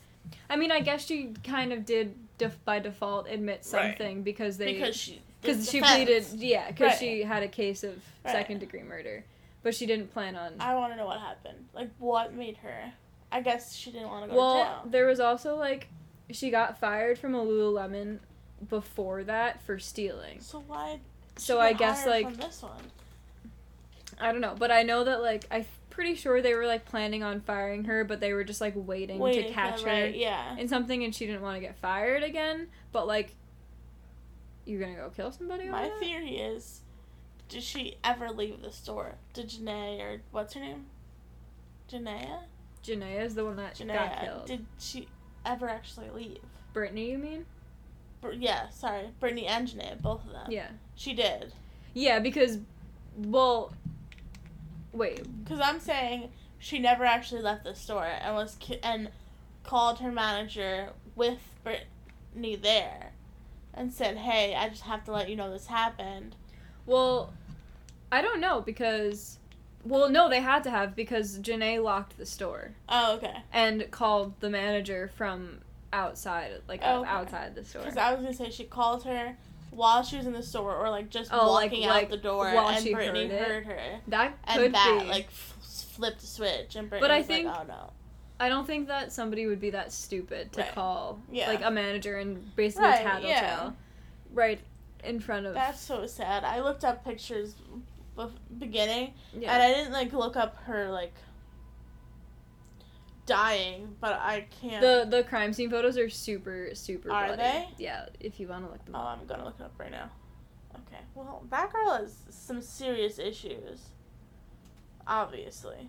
Speaker 2: I mean, I guess she kind of did def- by default admit
Speaker 1: Right.
Speaker 2: something because they
Speaker 1: because she
Speaker 2: because she
Speaker 1: defense.
Speaker 2: pleaded yeah because
Speaker 1: Right.
Speaker 2: she had a case of
Speaker 1: Right.
Speaker 2: second degree murder, but she didn't plan on
Speaker 1: I want to know what happened. Like, what made her? I guess she didn't want to go to
Speaker 2: Well,
Speaker 1: jail.
Speaker 2: there was also like she got fired from a Lululemon before that for stealing.
Speaker 1: So why?
Speaker 2: So
Speaker 1: she
Speaker 2: I
Speaker 1: get
Speaker 2: guess
Speaker 1: hired
Speaker 2: like
Speaker 1: from this one.
Speaker 2: I don't know, but I know that like I'm pretty sure they were like planning on firing her, but they were just like waiting to
Speaker 1: Waiting for the
Speaker 2: catch her
Speaker 1: right- Yeah.
Speaker 2: in something, and she didn't want to get fired again. But like, you're gonna go kill somebody? over
Speaker 1: My
Speaker 2: that?
Speaker 1: theory is, did she ever leave the store? Did Janae or what's her name? Janaea.
Speaker 2: Janaea is the one that got
Speaker 1: Janaea.
Speaker 2: killed.
Speaker 1: Did she ever actually leave?
Speaker 2: Brittany, you mean?
Speaker 1: Br- yeah. Sorry, Brittany and Janaea, both of them.
Speaker 2: Yeah,
Speaker 1: She did.
Speaker 2: yeah, because well, wait,
Speaker 1: Because I'm saying she never actually left the store and was ki- and called her manager with Brittany there and said, "Hey, I just have to let you know this happened."
Speaker 2: Well, I don't know because, well, no, they had to have because Janae locked the store
Speaker 1: Oh, okay.
Speaker 2: and called the manager from outside, like
Speaker 1: Oh, Okay.
Speaker 2: outside the store.
Speaker 1: Because I was gonna say she called her while she was in the store or like just
Speaker 2: Oh, like-
Speaker 1: walking out
Speaker 2: like,
Speaker 1: the door,
Speaker 2: while
Speaker 1: and
Speaker 2: she
Speaker 1: Brittany
Speaker 2: heard it?
Speaker 1: heard, her,
Speaker 2: that
Speaker 1: and
Speaker 2: could
Speaker 1: that
Speaker 2: be.
Speaker 1: like f- s- flipped a switch and Brittany
Speaker 2: But I
Speaker 1: was
Speaker 2: think-
Speaker 1: like, oh no.
Speaker 2: I don't think that somebody would be that stupid to
Speaker 1: Right.
Speaker 2: call
Speaker 1: Yeah.
Speaker 2: like a manager and basically
Speaker 1: Right,
Speaker 2: tattletale
Speaker 1: yeah.
Speaker 2: right in front of
Speaker 1: That's so sad. I looked up pictures bef- beginning
Speaker 2: yeah.
Speaker 1: and I didn't like look up her like dying, but I can't.
Speaker 2: the the crime scene photos are super super.
Speaker 1: Are
Speaker 2: bloody.
Speaker 1: they?
Speaker 2: Yeah, if you want to look them
Speaker 1: oh,
Speaker 2: up.
Speaker 1: I'm gonna look it up right now. Okay. Well, that girl has some serious issues. Obviously.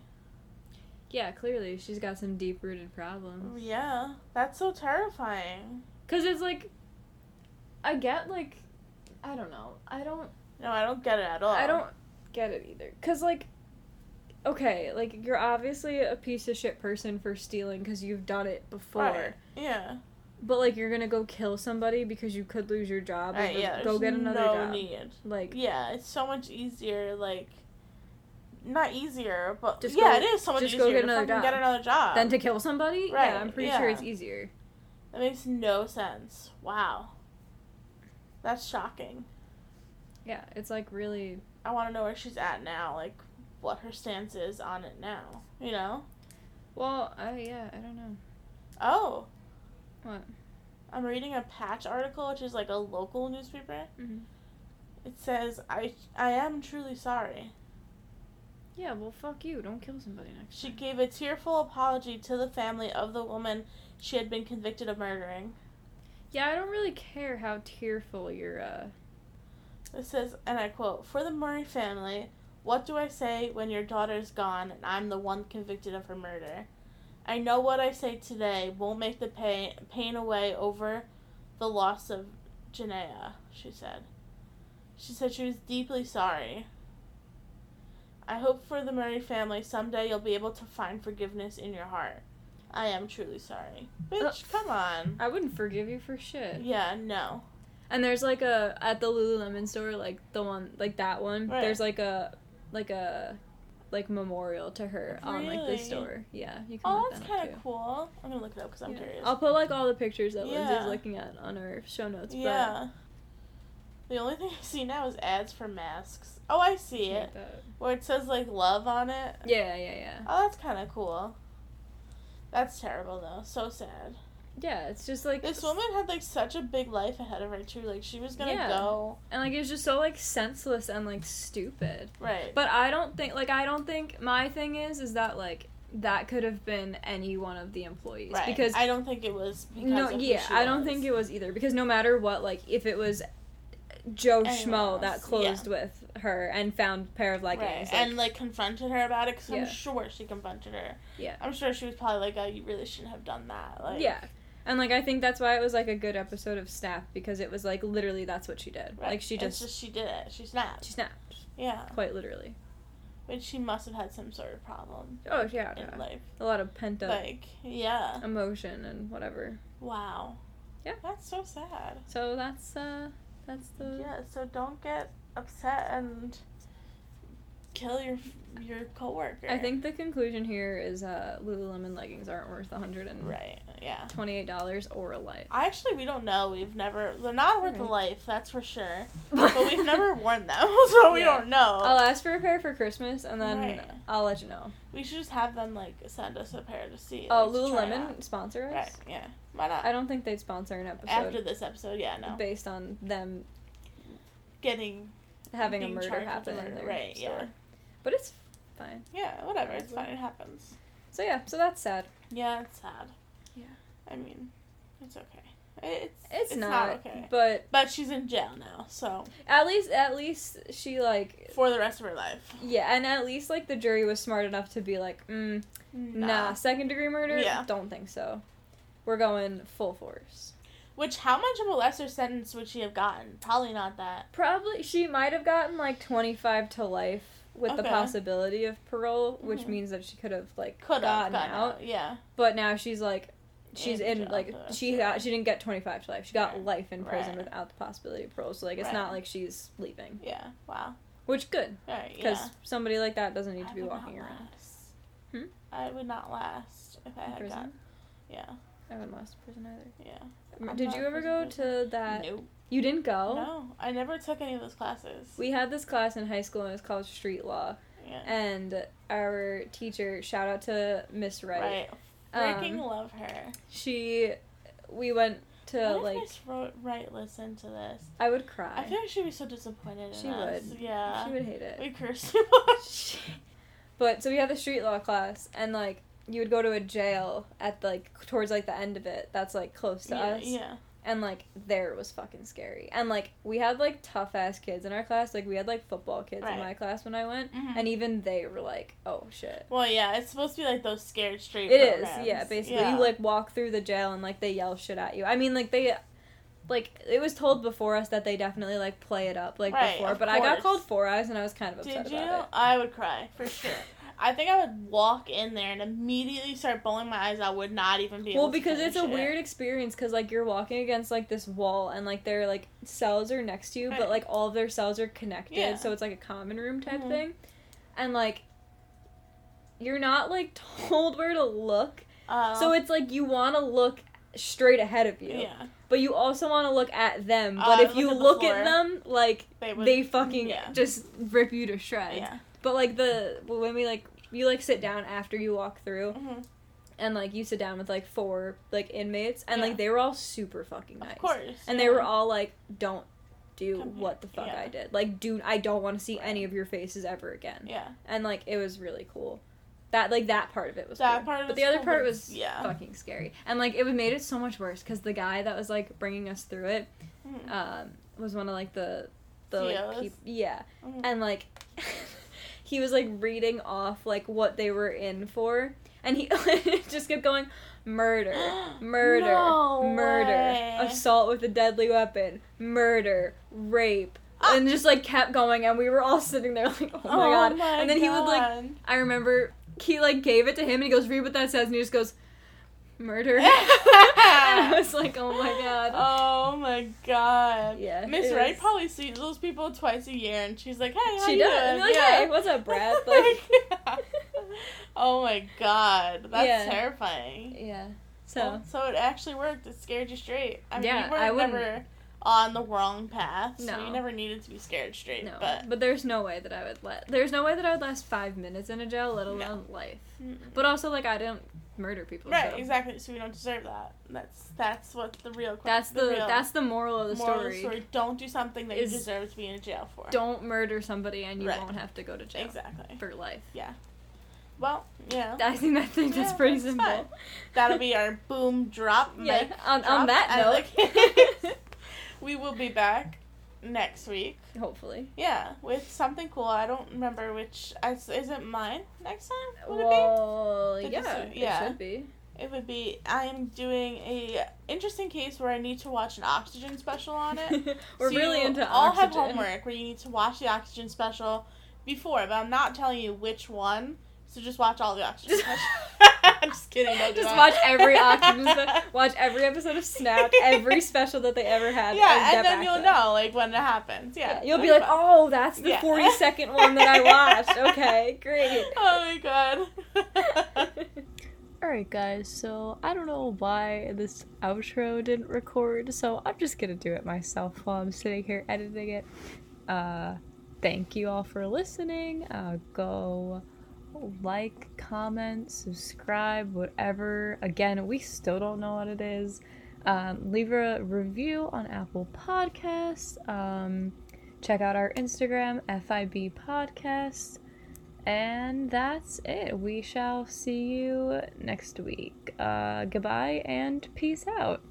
Speaker 2: Yeah, clearly she's got some deep rooted problems.
Speaker 1: Yeah. That's so terrifying.
Speaker 2: Cause it's like, I get like, I don't know, I don't,
Speaker 1: No, I don't get it at all.
Speaker 2: I don't get it either. Cause like, okay, like you're obviously a piece of shit person for stealing because you've done it before.
Speaker 1: Right. Yeah.
Speaker 2: But like, you're gonna go kill somebody because you could lose your job.
Speaker 1: Right,
Speaker 2: or
Speaker 1: yeah.
Speaker 2: go
Speaker 1: there's
Speaker 2: get another
Speaker 1: no
Speaker 2: job.
Speaker 1: need.
Speaker 2: Like,
Speaker 1: Yeah, it's so much easier. Like, not easier, but
Speaker 2: Just
Speaker 1: yeah, it
Speaker 2: go-
Speaker 1: is so much
Speaker 2: just
Speaker 1: easier
Speaker 2: go get
Speaker 1: to
Speaker 2: another
Speaker 1: fucking
Speaker 2: job.
Speaker 1: get another job.
Speaker 2: than to kill somebody.
Speaker 1: Right,
Speaker 2: Yeah, I'm pretty sure
Speaker 1: yeah.
Speaker 2: it's easier.
Speaker 1: that makes no sense. Wow, that's shocking.
Speaker 2: Yeah, it's like really.
Speaker 1: I want to know where she's at now. Like, what her stance is on it now. You know?
Speaker 2: Well, I yeah, I don't know.
Speaker 1: Oh,
Speaker 2: What?
Speaker 1: I'm reading a Patch article, which is like a local newspaper.
Speaker 2: Mm-hmm.
Speaker 1: It says, "I I am truly sorry."
Speaker 2: Yeah, well, fuck you. Don't kill somebody next.
Speaker 1: She gave a tearful apology to the family of the woman she had been convicted of murdering.
Speaker 2: Yeah, I don't really care how tearful your uh
Speaker 1: It says, and I quote, For the Murray family, what do I say when your daughter's gone and I'm the one convicted of her murder? I know what I say today won't make the pain, pain away over the loss of Janaea, she said. She said she was deeply sorry. I hope for the Murray family someday you'll be able to find forgiveness in your heart. I am truly sorry. Bitch, come on.
Speaker 2: I wouldn't forgive you for shit.
Speaker 1: Yeah, no.
Speaker 2: And there's like a at the Lululemon store, like the one like that one.
Speaker 1: Right.
Speaker 2: There's like a like a like memorial to her on like
Speaker 1: Really?
Speaker 2: the store. Yeah, you can.
Speaker 1: Oh,
Speaker 2: look
Speaker 1: that's
Speaker 2: that up
Speaker 1: kind
Speaker 2: too.
Speaker 1: of cool. I'm gonna look it up because I'm
Speaker 2: Yeah.
Speaker 1: curious.
Speaker 2: I'll put like all the pictures that
Speaker 1: Yeah.
Speaker 2: Lindsay's looking at on our show notes.
Speaker 1: yeah. The only thing *laughs* I see now is ads for masks. Oh, I
Speaker 2: But
Speaker 1: see it. Where it says like love on it.
Speaker 2: Yeah, yeah, yeah.
Speaker 1: Oh, that's kind of cool. That's terrible though. So sad.
Speaker 2: Yeah, it's just like
Speaker 1: This woman had like such a big life ahead of her too. Like she was gonna
Speaker 2: Yeah.
Speaker 1: go
Speaker 2: and like it's just so like senseless and like stupid.
Speaker 1: right.
Speaker 2: But I don't think like I don't think my thing is is that like that could have been any one of the employees
Speaker 1: right.
Speaker 2: because
Speaker 1: I don't think it was. Because
Speaker 2: no
Speaker 1: of who
Speaker 2: yeah
Speaker 1: she
Speaker 2: I don't
Speaker 1: was.
Speaker 2: think it was either because no matter what like if it was Joe
Speaker 1: Anyone
Speaker 2: Schmo
Speaker 1: else,
Speaker 2: that closed with her and found a pair of
Speaker 1: Right.
Speaker 2: leggings like,
Speaker 1: and like confronted her about it because
Speaker 2: Yeah.
Speaker 1: I'm sure she confronted her.
Speaker 2: Yeah.
Speaker 1: I'm sure she was probably like, "Oh, you really shouldn't have done that." Like,
Speaker 2: yeah and like I think that's why it was like a good episode of Snap because it was like literally that's what she did
Speaker 1: right.
Speaker 2: like she
Speaker 1: It's
Speaker 2: just,
Speaker 1: she did it. She snapped.
Speaker 2: she snapped
Speaker 1: yeah.
Speaker 2: quite literally
Speaker 1: But she must have had some sort of problem
Speaker 2: oh yeah,
Speaker 1: in life.
Speaker 2: a lot of pent up
Speaker 1: Like, yeah.
Speaker 2: emotion and whatever
Speaker 1: Wow.
Speaker 2: Yeah.
Speaker 1: That's so sad.
Speaker 2: so that's uh that's the
Speaker 1: Yeah, so don't get upset and kill your your coworker.
Speaker 2: I think the conclusion here is uh, Lululemon leggings aren't worth one hundred and
Speaker 1: right. Yeah.
Speaker 2: twenty-eight dollars or a life.
Speaker 1: I actually we don't know. We've never they're not worth a
Speaker 2: Right.
Speaker 1: life, that's for
Speaker 2: *laughs*
Speaker 1: sure. But we've never worn them, *laughs* so we
Speaker 2: Yeah. Oh,
Speaker 1: don't know.
Speaker 2: I'll ask for a pair for Christmas and then
Speaker 1: Right.
Speaker 2: I'll let you know.
Speaker 1: we should just have them like send us a pair to see.
Speaker 2: Oh,
Speaker 1: like, to try
Speaker 2: Lululemon sponsor
Speaker 1: on.
Speaker 2: us.
Speaker 1: Right. Yeah. Why not?
Speaker 2: I don't think they'd sponsor an episode
Speaker 1: After this episode, yeah, no.
Speaker 2: based on them
Speaker 1: Getting
Speaker 2: having a
Speaker 1: being
Speaker 2: murder
Speaker 1: charged with
Speaker 2: happen in
Speaker 1: murder,
Speaker 2: their
Speaker 1: right,
Speaker 2: store.
Speaker 1: yeah.
Speaker 2: But it's fine.
Speaker 1: yeah, whatever. It's
Speaker 2: Whatever.
Speaker 1: fine. It happens.
Speaker 2: So yeah, so that's sad.
Speaker 1: Yeah, it's sad.
Speaker 2: Yeah.
Speaker 1: I mean, it's okay. It's
Speaker 2: It's, not,
Speaker 1: okay. But,
Speaker 2: But
Speaker 1: she's in jail now, so
Speaker 2: at least at least she like
Speaker 1: for the rest of her life.
Speaker 2: yeah, and at least like the jury was smart enough to be like, mm, Nah. second degree murder?
Speaker 1: Yeah.
Speaker 2: Don't think so. We're going full force.
Speaker 1: Which how much of a lesser sentence would she have gotten? Probably not that.
Speaker 2: Probably she might have gotten like 25 to life with the
Speaker 1: Okay.
Speaker 2: possibility of parole, which
Speaker 1: Mhm.
Speaker 2: means that she could have like
Speaker 1: Could have
Speaker 2: gotten,
Speaker 1: gotten
Speaker 2: out.
Speaker 1: out. Yeah.
Speaker 2: But now she's like she's
Speaker 1: In
Speaker 2: in,
Speaker 1: jail
Speaker 2: like
Speaker 1: for the rest
Speaker 2: she
Speaker 1: of her
Speaker 2: got she didn't get 25 to life. She got
Speaker 1: Right.
Speaker 2: life in prison
Speaker 1: Right.
Speaker 2: without the possibility of parole. So like it's
Speaker 1: Right.
Speaker 2: not like she's leaving,
Speaker 1: Yeah. Wow.
Speaker 2: which good
Speaker 1: All right.
Speaker 2: because
Speaker 1: Yeah.
Speaker 2: somebody like that doesn't need
Speaker 1: I
Speaker 2: to be
Speaker 1: would
Speaker 2: walking
Speaker 1: not
Speaker 2: around.
Speaker 1: last.
Speaker 2: Hmm?
Speaker 1: I would not last if I
Speaker 2: in
Speaker 1: had
Speaker 2: prison.
Speaker 1: gotten. Yeah.
Speaker 2: I wouldn't last in prison either.
Speaker 1: Yeah. I'm
Speaker 2: Did
Speaker 1: not
Speaker 2: you
Speaker 1: a
Speaker 2: ever go
Speaker 1: prison
Speaker 2: to that?
Speaker 1: no.
Speaker 2: You didn't go.
Speaker 1: No. I never took any of those classes.
Speaker 2: We had this class in high school and it was called Street Law.
Speaker 1: Yeah.
Speaker 2: and our teacher shout out to miss wright Um,
Speaker 1: Right. Freaking love her.
Speaker 2: she we went to
Speaker 1: What if
Speaker 2: like
Speaker 1: Miss Ro- Wright listened to this?
Speaker 2: i would
Speaker 1: I
Speaker 2: cry
Speaker 1: feel like she'd be so disappointed in
Speaker 2: She
Speaker 1: us.
Speaker 2: would.
Speaker 1: Yeah.
Speaker 2: she would hate it
Speaker 1: We *laughs* cursed too much.
Speaker 2: *laughs* but so we had the street law class and like you would go to a jail at like towards like the end of it that's like close to
Speaker 1: yeah,
Speaker 2: us
Speaker 1: yeah.
Speaker 2: and like there was fucking scary and like we had like tough ass kids in our class like we had like football kids in
Speaker 1: Right.
Speaker 2: my class when i went
Speaker 1: Mhm.
Speaker 2: and even they were like oh shit
Speaker 1: Well, yeah, it's supposed to be like those scared straight.
Speaker 2: It is,
Speaker 1: programs.
Speaker 2: yeah. Basically, you like walk through the jail and like they yell shit at you. I mean, like they, like it was told before us that they definitely like play it up like
Speaker 1: Right,
Speaker 2: before.
Speaker 1: of
Speaker 2: But I got
Speaker 1: course.
Speaker 2: called four eyes and I was kind of upset
Speaker 1: Did you?
Speaker 2: about
Speaker 1: I would cry
Speaker 2: it
Speaker 1: for
Speaker 2: *laughs*
Speaker 1: sure. I think I would walk in there and immediately start bawling my eyes out. Would not even be
Speaker 2: well,
Speaker 1: able to
Speaker 2: because it's a
Speaker 1: finish it.
Speaker 2: weird experience because like you're walking against like this wall and like their like cells are next to you, but
Speaker 1: Right.
Speaker 2: like all of their cells are connected,
Speaker 1: Yeah.
Speaker 2: so it's like a common room type
Speaker 1: Mhm.
Speaker 2: thing, and like you're not like *laughs* told where to look,
Speaker 1: Uh,
Speaker 2: so it's like you want to look straight ahead of you.
Speaker 1: yeah.
Speaker 2: but you also want to look at them.
Speaker 1: Uh,
Speaker 2: But
Speaker 1: I
Speaker 2: if you
Speaker 1: look
Speaker 2: look at,
Speaker 1: at the floor.
Speaker 2: them, like
Speaker 1: They would.
Speaker 2: they fucking
Speaker 1: yeah.
Speaker 2: just rip you to shreds.
Speaker 1: yeah.
Speaker 2: But like the when we like you like sit down after you walk through,
Speaker 1: Mhm.
Speaker 2: and like you sit down with like four like inmates, and
Speaker 1: Yeah.
Speaker 2: like they were all super fucking nice,
Speaker 1: Of course. yeah.
Speaker 2: and they were all like, "Don't do
Speaker 1: Come here.
Speaker 2: what the fuck
Speaker 1: Yeah.
Speaker 2: I did. Like, dude, I don't want to see any of your faces ever again."
Speaker 1: Yeah.
Speaker 2: And like it was really cool. That like that part of it was
Speaker 1: That
Speaker 2: cool.
Speaker 1: part of
Speaker 2: but
Speaker 1: it
Speaker 2: the
Speaker 1: was
Speaker 2: other
Speaker 1: cool,
Speaker 2: part
Speaker 1: but
Speaker 2: was
Speaker 1: it's- yeah.
Speaker 2: fucking scary and like it would made it so much worse because the guy that was like bringing us through it
Speaker 1: Mhm.
Speaker 2: um, was one of like the the like,
Speaker 1: CEOs?
Speaker 2: peop- yeah,
Speaker 1: Mhm.
Speaker 2: and like *laughs* he was like reading off like what they were in for, and he *laughs* just kept going murder, murder,
Speaker 1: *gasps* No
Speaker 2: murder,
Speaker 1: way.
Speaker 2: assault with a deadly weapon, murder, rape,
Speaker 1: Ah!
Speaker 2: and just like kept going, and we were all sitting there *laughs* like, oh my god, and then he would like,
Speaker 1: God.
Speaker 2: I remember he like gave it to him, and he goes read what that says, and he just goes
Speaker 1: *laughs*
Speaker 2: murder. *laughs* *laughs* and I was like, oh my god.
Speaker 1: Oh my god.
Speaker 2: Yeah,
Speaker 1: Miss
Speaker 2: it
Speaker 1: Wright
Speaker 2: was-
Speaker 1: probably sees those people twice a year, and she's like, "Hey, how
Speaker 2: She
Speaker 1: you
Speaker 2: does. And
Speaker 1: doing?"
Speaker 2: you're like,
Speaker 1: Yeah.
Speaker 2: hey, what's *laughs*
Speaker 1: *laughs*
Speaker 2: up, Brad? Like,
Speaker 1: oh my god, that's
Speaker 2: Yeah.
Speaker 1: terrifying.
Speaker 2: yeah. So
Speaker 1: So, so it actually worked. It scared you straight. I mean,
Speaker 2: Yeah,
Speaker 1: you were
Speaker 2: I wouldn't-
Speaker 1: never on the wrong path, so
Speaker 2: No.
Speaker 1: you never needed to be scared straight.
Speaker 2: no, but,
Speaker 1: But
Speaker 2: there's no way that I would let. There's no way that I would last five minutes in a jail, let
Speaker 1: No.
Speaker 2: alone life.
Speaker 1: Mm.
Speaker 2: But also, like, I don't murder people.
Speaker 1: right,
Speaker 2: so.
Speaker 1: exactly. So we don't deserve that. That's that's what the real que-
Speaker 2: That's the,
Speaker 1: real
Speaker 2: that's the moral of the
Speaker 1: moral
Speaker 2: story.
Speaker 1: Don't do something that
Speaker 2: is-
Speaker 1: you deserve to be in jail for.
Speaker 2: Don't murder somebody, and you
Speaker 1: Right.
Speaker 2: won't have to go to jail
Speaker 1: exactly.
Speaker 2: for life.
Speaker 1: Well, yeah,
Speaker 2: I think that thing that's
Speaker 1: Yeah,
Speaker 2: pretty
Speaker 1: that's
Speaker 2: simple.
Speaker 1: fine. that'll be our boom drop.
Speaker 2: *laughs* yeah.
Speaker 1: mic
Speaker 2: On, on
Speaker 1: drop
Speaker 2: that
Speaker 1: and
Speaker 2: *laughs* note,
Speaker 1: *laughs* We will be back next week.
Speaker 2: hopefully.
Speaker 1: Yeah, with something cool. I don't remember which. I s- Is it mine next time? Would
Speaker 2: Well,
Speaker 1: Did you
Speaker 2: yeah,
Speaker 1: see- yeah.
Speaker 2: it should be.
Speaker 1: it be? It would be. I am doing a interesting case where I need to watch an oxygen special on
Speaker 2: *laughs*
Speaker 1: it.
Speaker 2: We're
Speaker 1: So
Speaker 2: really
Speaker 1: you
Speaker 2: into
Speaker 1: all have
Speaker 2: oxygen.
Speaker 1: homework where you need to watch the oxygen special before, but I'm not telling you which one. So just watch all the oxygen special.
Speaker 2: *laughs*
Speaker 1: *laughs* I'm just kidding. Don't do
Speaker 2: Just
Speaker 1: that.
Speaker 2: watch every
Speaker 1: *laughs*
Speaker 2: Octopus, spe- watch every episode of Snap, every special that they ever had.
Speaker 1: Yeah,
Speaker 2: get
Speaker 1: and then
Speaker 2: back
Speaker 1: you'll
Speaker 2: to us.
Speaker 1: know like when it happens. Yeah,
Speaker 2: Yeah, you'll be
Speaker 1: It'll
Speaker 2: like, oh, that's the
Speaker 1: Yeah.
Speaker 2: forty-second one
Speaker 1: *laughs*
Speaker 2: that I watched. Okay, great.
Speaker 1: Oh my
Speaker 2: *laughs*
Speaker 1: god.
Speaker 2: Alright, guys, so I don't know why this outro didn't record, so I'm just gonna do it myself while I'm sitting here editing it. Uh, thank you all for listening. Uh, go like, comment, subscribe, whatever. Again, we still don't know what it is. Um, leave a review on Apple Podcasts. Um, check out our Instagram, FIB Podcast. And that's it. We shall see you next week. Uh, goodbye and peace out.